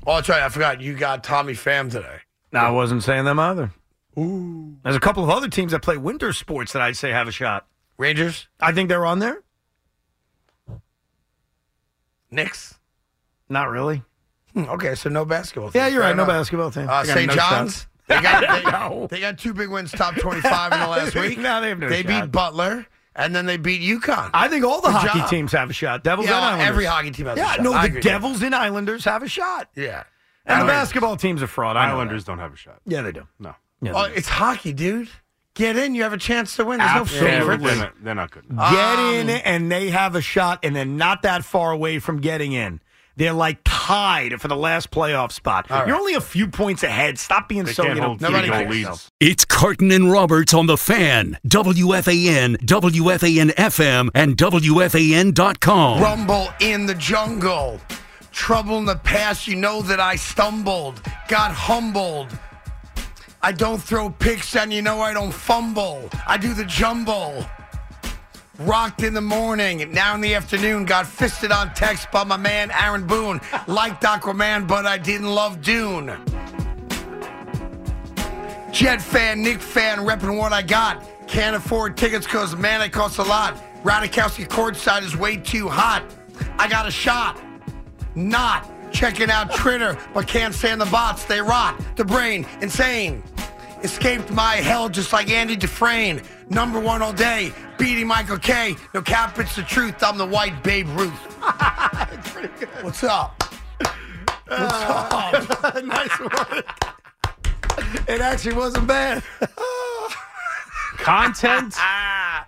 B: Oh, that's right. I forgot you got Tommy Pham today.
C: No, I wasn't saying them either. Ooh. There's a couple of other teams that play winter sports that I'd say have a shot.
B: Rangers,
C: I think they're on there.
B: Knicks.
C: Not really.
B: Hmm, okay, so no basketball.
C: Yeah,
B: teams.
C: you're right.
B: Fair
C: No
B: enough.
C: basketball team.
B: Uh,
C: They got
B: St.
C: no
B: John's.
C: shot.
B: They got, they,
C: No.
B: they got two big wins, top 25 in the last week.
C: No, they have no
B: They beat
C: shot.
B: Butler, and then they beat UConn.
C: I think all the
B: Good
C: hockey
B: job.
C: teams have a shot. Devils
B: Yeah,
C: and Islanders.
B: every hockey team has a
C: yeah,
B: shot.
C: no,
B: I
C: the
B: agree with
C: Devils and Islanders have a shot.
B: Yeah.
C: And the
B: Islanders.
C: basketball team's a fraud. I know
D: Islanders don't have a shot.
C: that. Yeah, they do.
D: No.
C: Yeah,
B: Oh,
C: they do.
B: it's hockey, dude. Get in. You have a chance to win. There's no
C: Absolutely.
D: They're,
B: favorites.
D: they're not, they're not good. enough.
C: Get
B: Um,
C: in and they have a shot, and they're not that far away from getting in. They're like tied for the last playoff spot.
B: All right.
C: You're only a few points ahead. Stop being
D: They
C: so
D: can't
C: you know,
D: hold
B: nobody
D: three-goal
B: cares.
D: leads.
I: It's Carton and Roberts on the fan, WFAN, WFAN FM, and WFAN.com.
B: Rumble in the jungle. Trouble in the past, you know that I stumbled, got humbled. I don't throw picks and you know I don't fumble. I do the jumble. Rocked in the morning, now in the afternoon, got fisted on text by my man Aaron Boone. Liked Aquaman, but I didn't love Dune. Jet fan, Nick fan, repping what I got. Can't afford tickets because, man, it costs a lot. Radikowski courtside is way too hot. I got a shot. Not checking out Twitter, but can't stand the bots. They rot. The brain, insane. Escaped my hell just like Andy Dufresne. Number one all day, beating Michael K. No cap, it's the truth. I'm the white Babe Ruth. What's up? What's up? nice work. It actually wasn't bad.
D: Content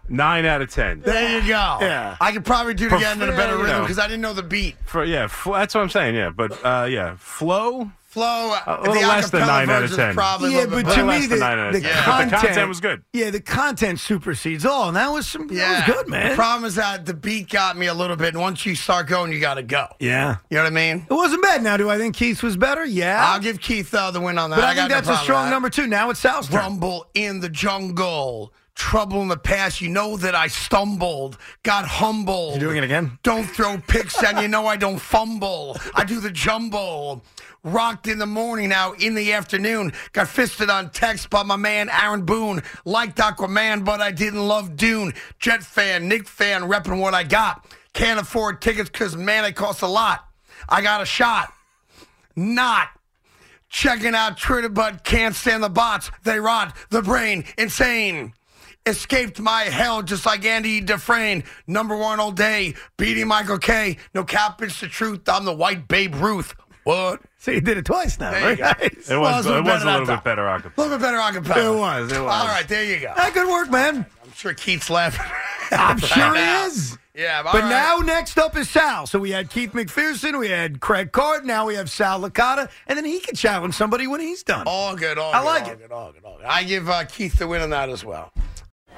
M: Nine out of ten.
B: There you go.
M: Yeah.
B: I could probably do it again in a better
M: Yeah, you
B: rhythm
M: know.
B: because I didn't know the beat.
M: For, yeah, f- that's what I'm saying. Yeah, but uh, yeah, flow.
B: Flow.
M: A little less than nine out of ten.
B: Probably a
D: yeah,
B: little bit
D: but to
M: better.
D: me,
M: Less than
D: the,
M: nine out of
D: the
M: ten. Yeah, but
D: content,
M: the content was good.
D: Yeah, the content supersedes all, and that was some. That was good,
B: The
D: man.
B: problem is that the beat got me a little bit, and once you start going, you got to go.
D: yeah,
B: You know what I mean?
D: it wasn't bad. Now, do I think Keith was better? Yeah,
B: I'll give Keith uh, the win on that.
D: but I,
B: got
D: think
B: no
D: that's a
B: problem with
D: strong
B: that.
D: number two. Now it's Sal's turn.
B: Rumble in the jungle. Trouble in the past. You know that I stumbled, got humbled.
D: You doing it again?
B: Don't throw picks, and you know I don't fumble. I do the jumble. Rocked in the morning, now in the afternoon. Got fisted on text by my man Aaron Boone. Liked Aquaman, but I didn't love Dune. Jet fan, Nick fan, repping what I got. Can't afford tickets because, man, it costs a lot. I got a shot. Not checking out Twitter, but can't stand the bots. They rot the brain, insane. Escaped my hell just like Andy Dufresne. Number one all day, beating Michael K. No cap, it's the truth. I'm the white Babe Ruth. What?
D: So you did it twice now,
B: There you
D: right?
B: go.
D: Nice.
M: It was.
B: Well,
M: it was
B: it's better
M: a little
B: than I
M: bit better acapella.
B: A little bit better acapella.
D: It was, it was.
B: All right, there you go.
D: Ah, good work, man.
B: I'm sure Keith's laughing.
D: I'm
B: Right
D: sure
B: now.
D: he is.
B: Yeah, all
D: But
B: right.
D: now, next up is Sal. So we had Keith McPherson, we had Craig Card, now we have Sal Licata, and then he can challenge somebody when he's done.
B: All good, all
D: I
B: good,
D: like
B: all
D: it.
B: Good, all good, all good. I give uh, Keith the win on that as well.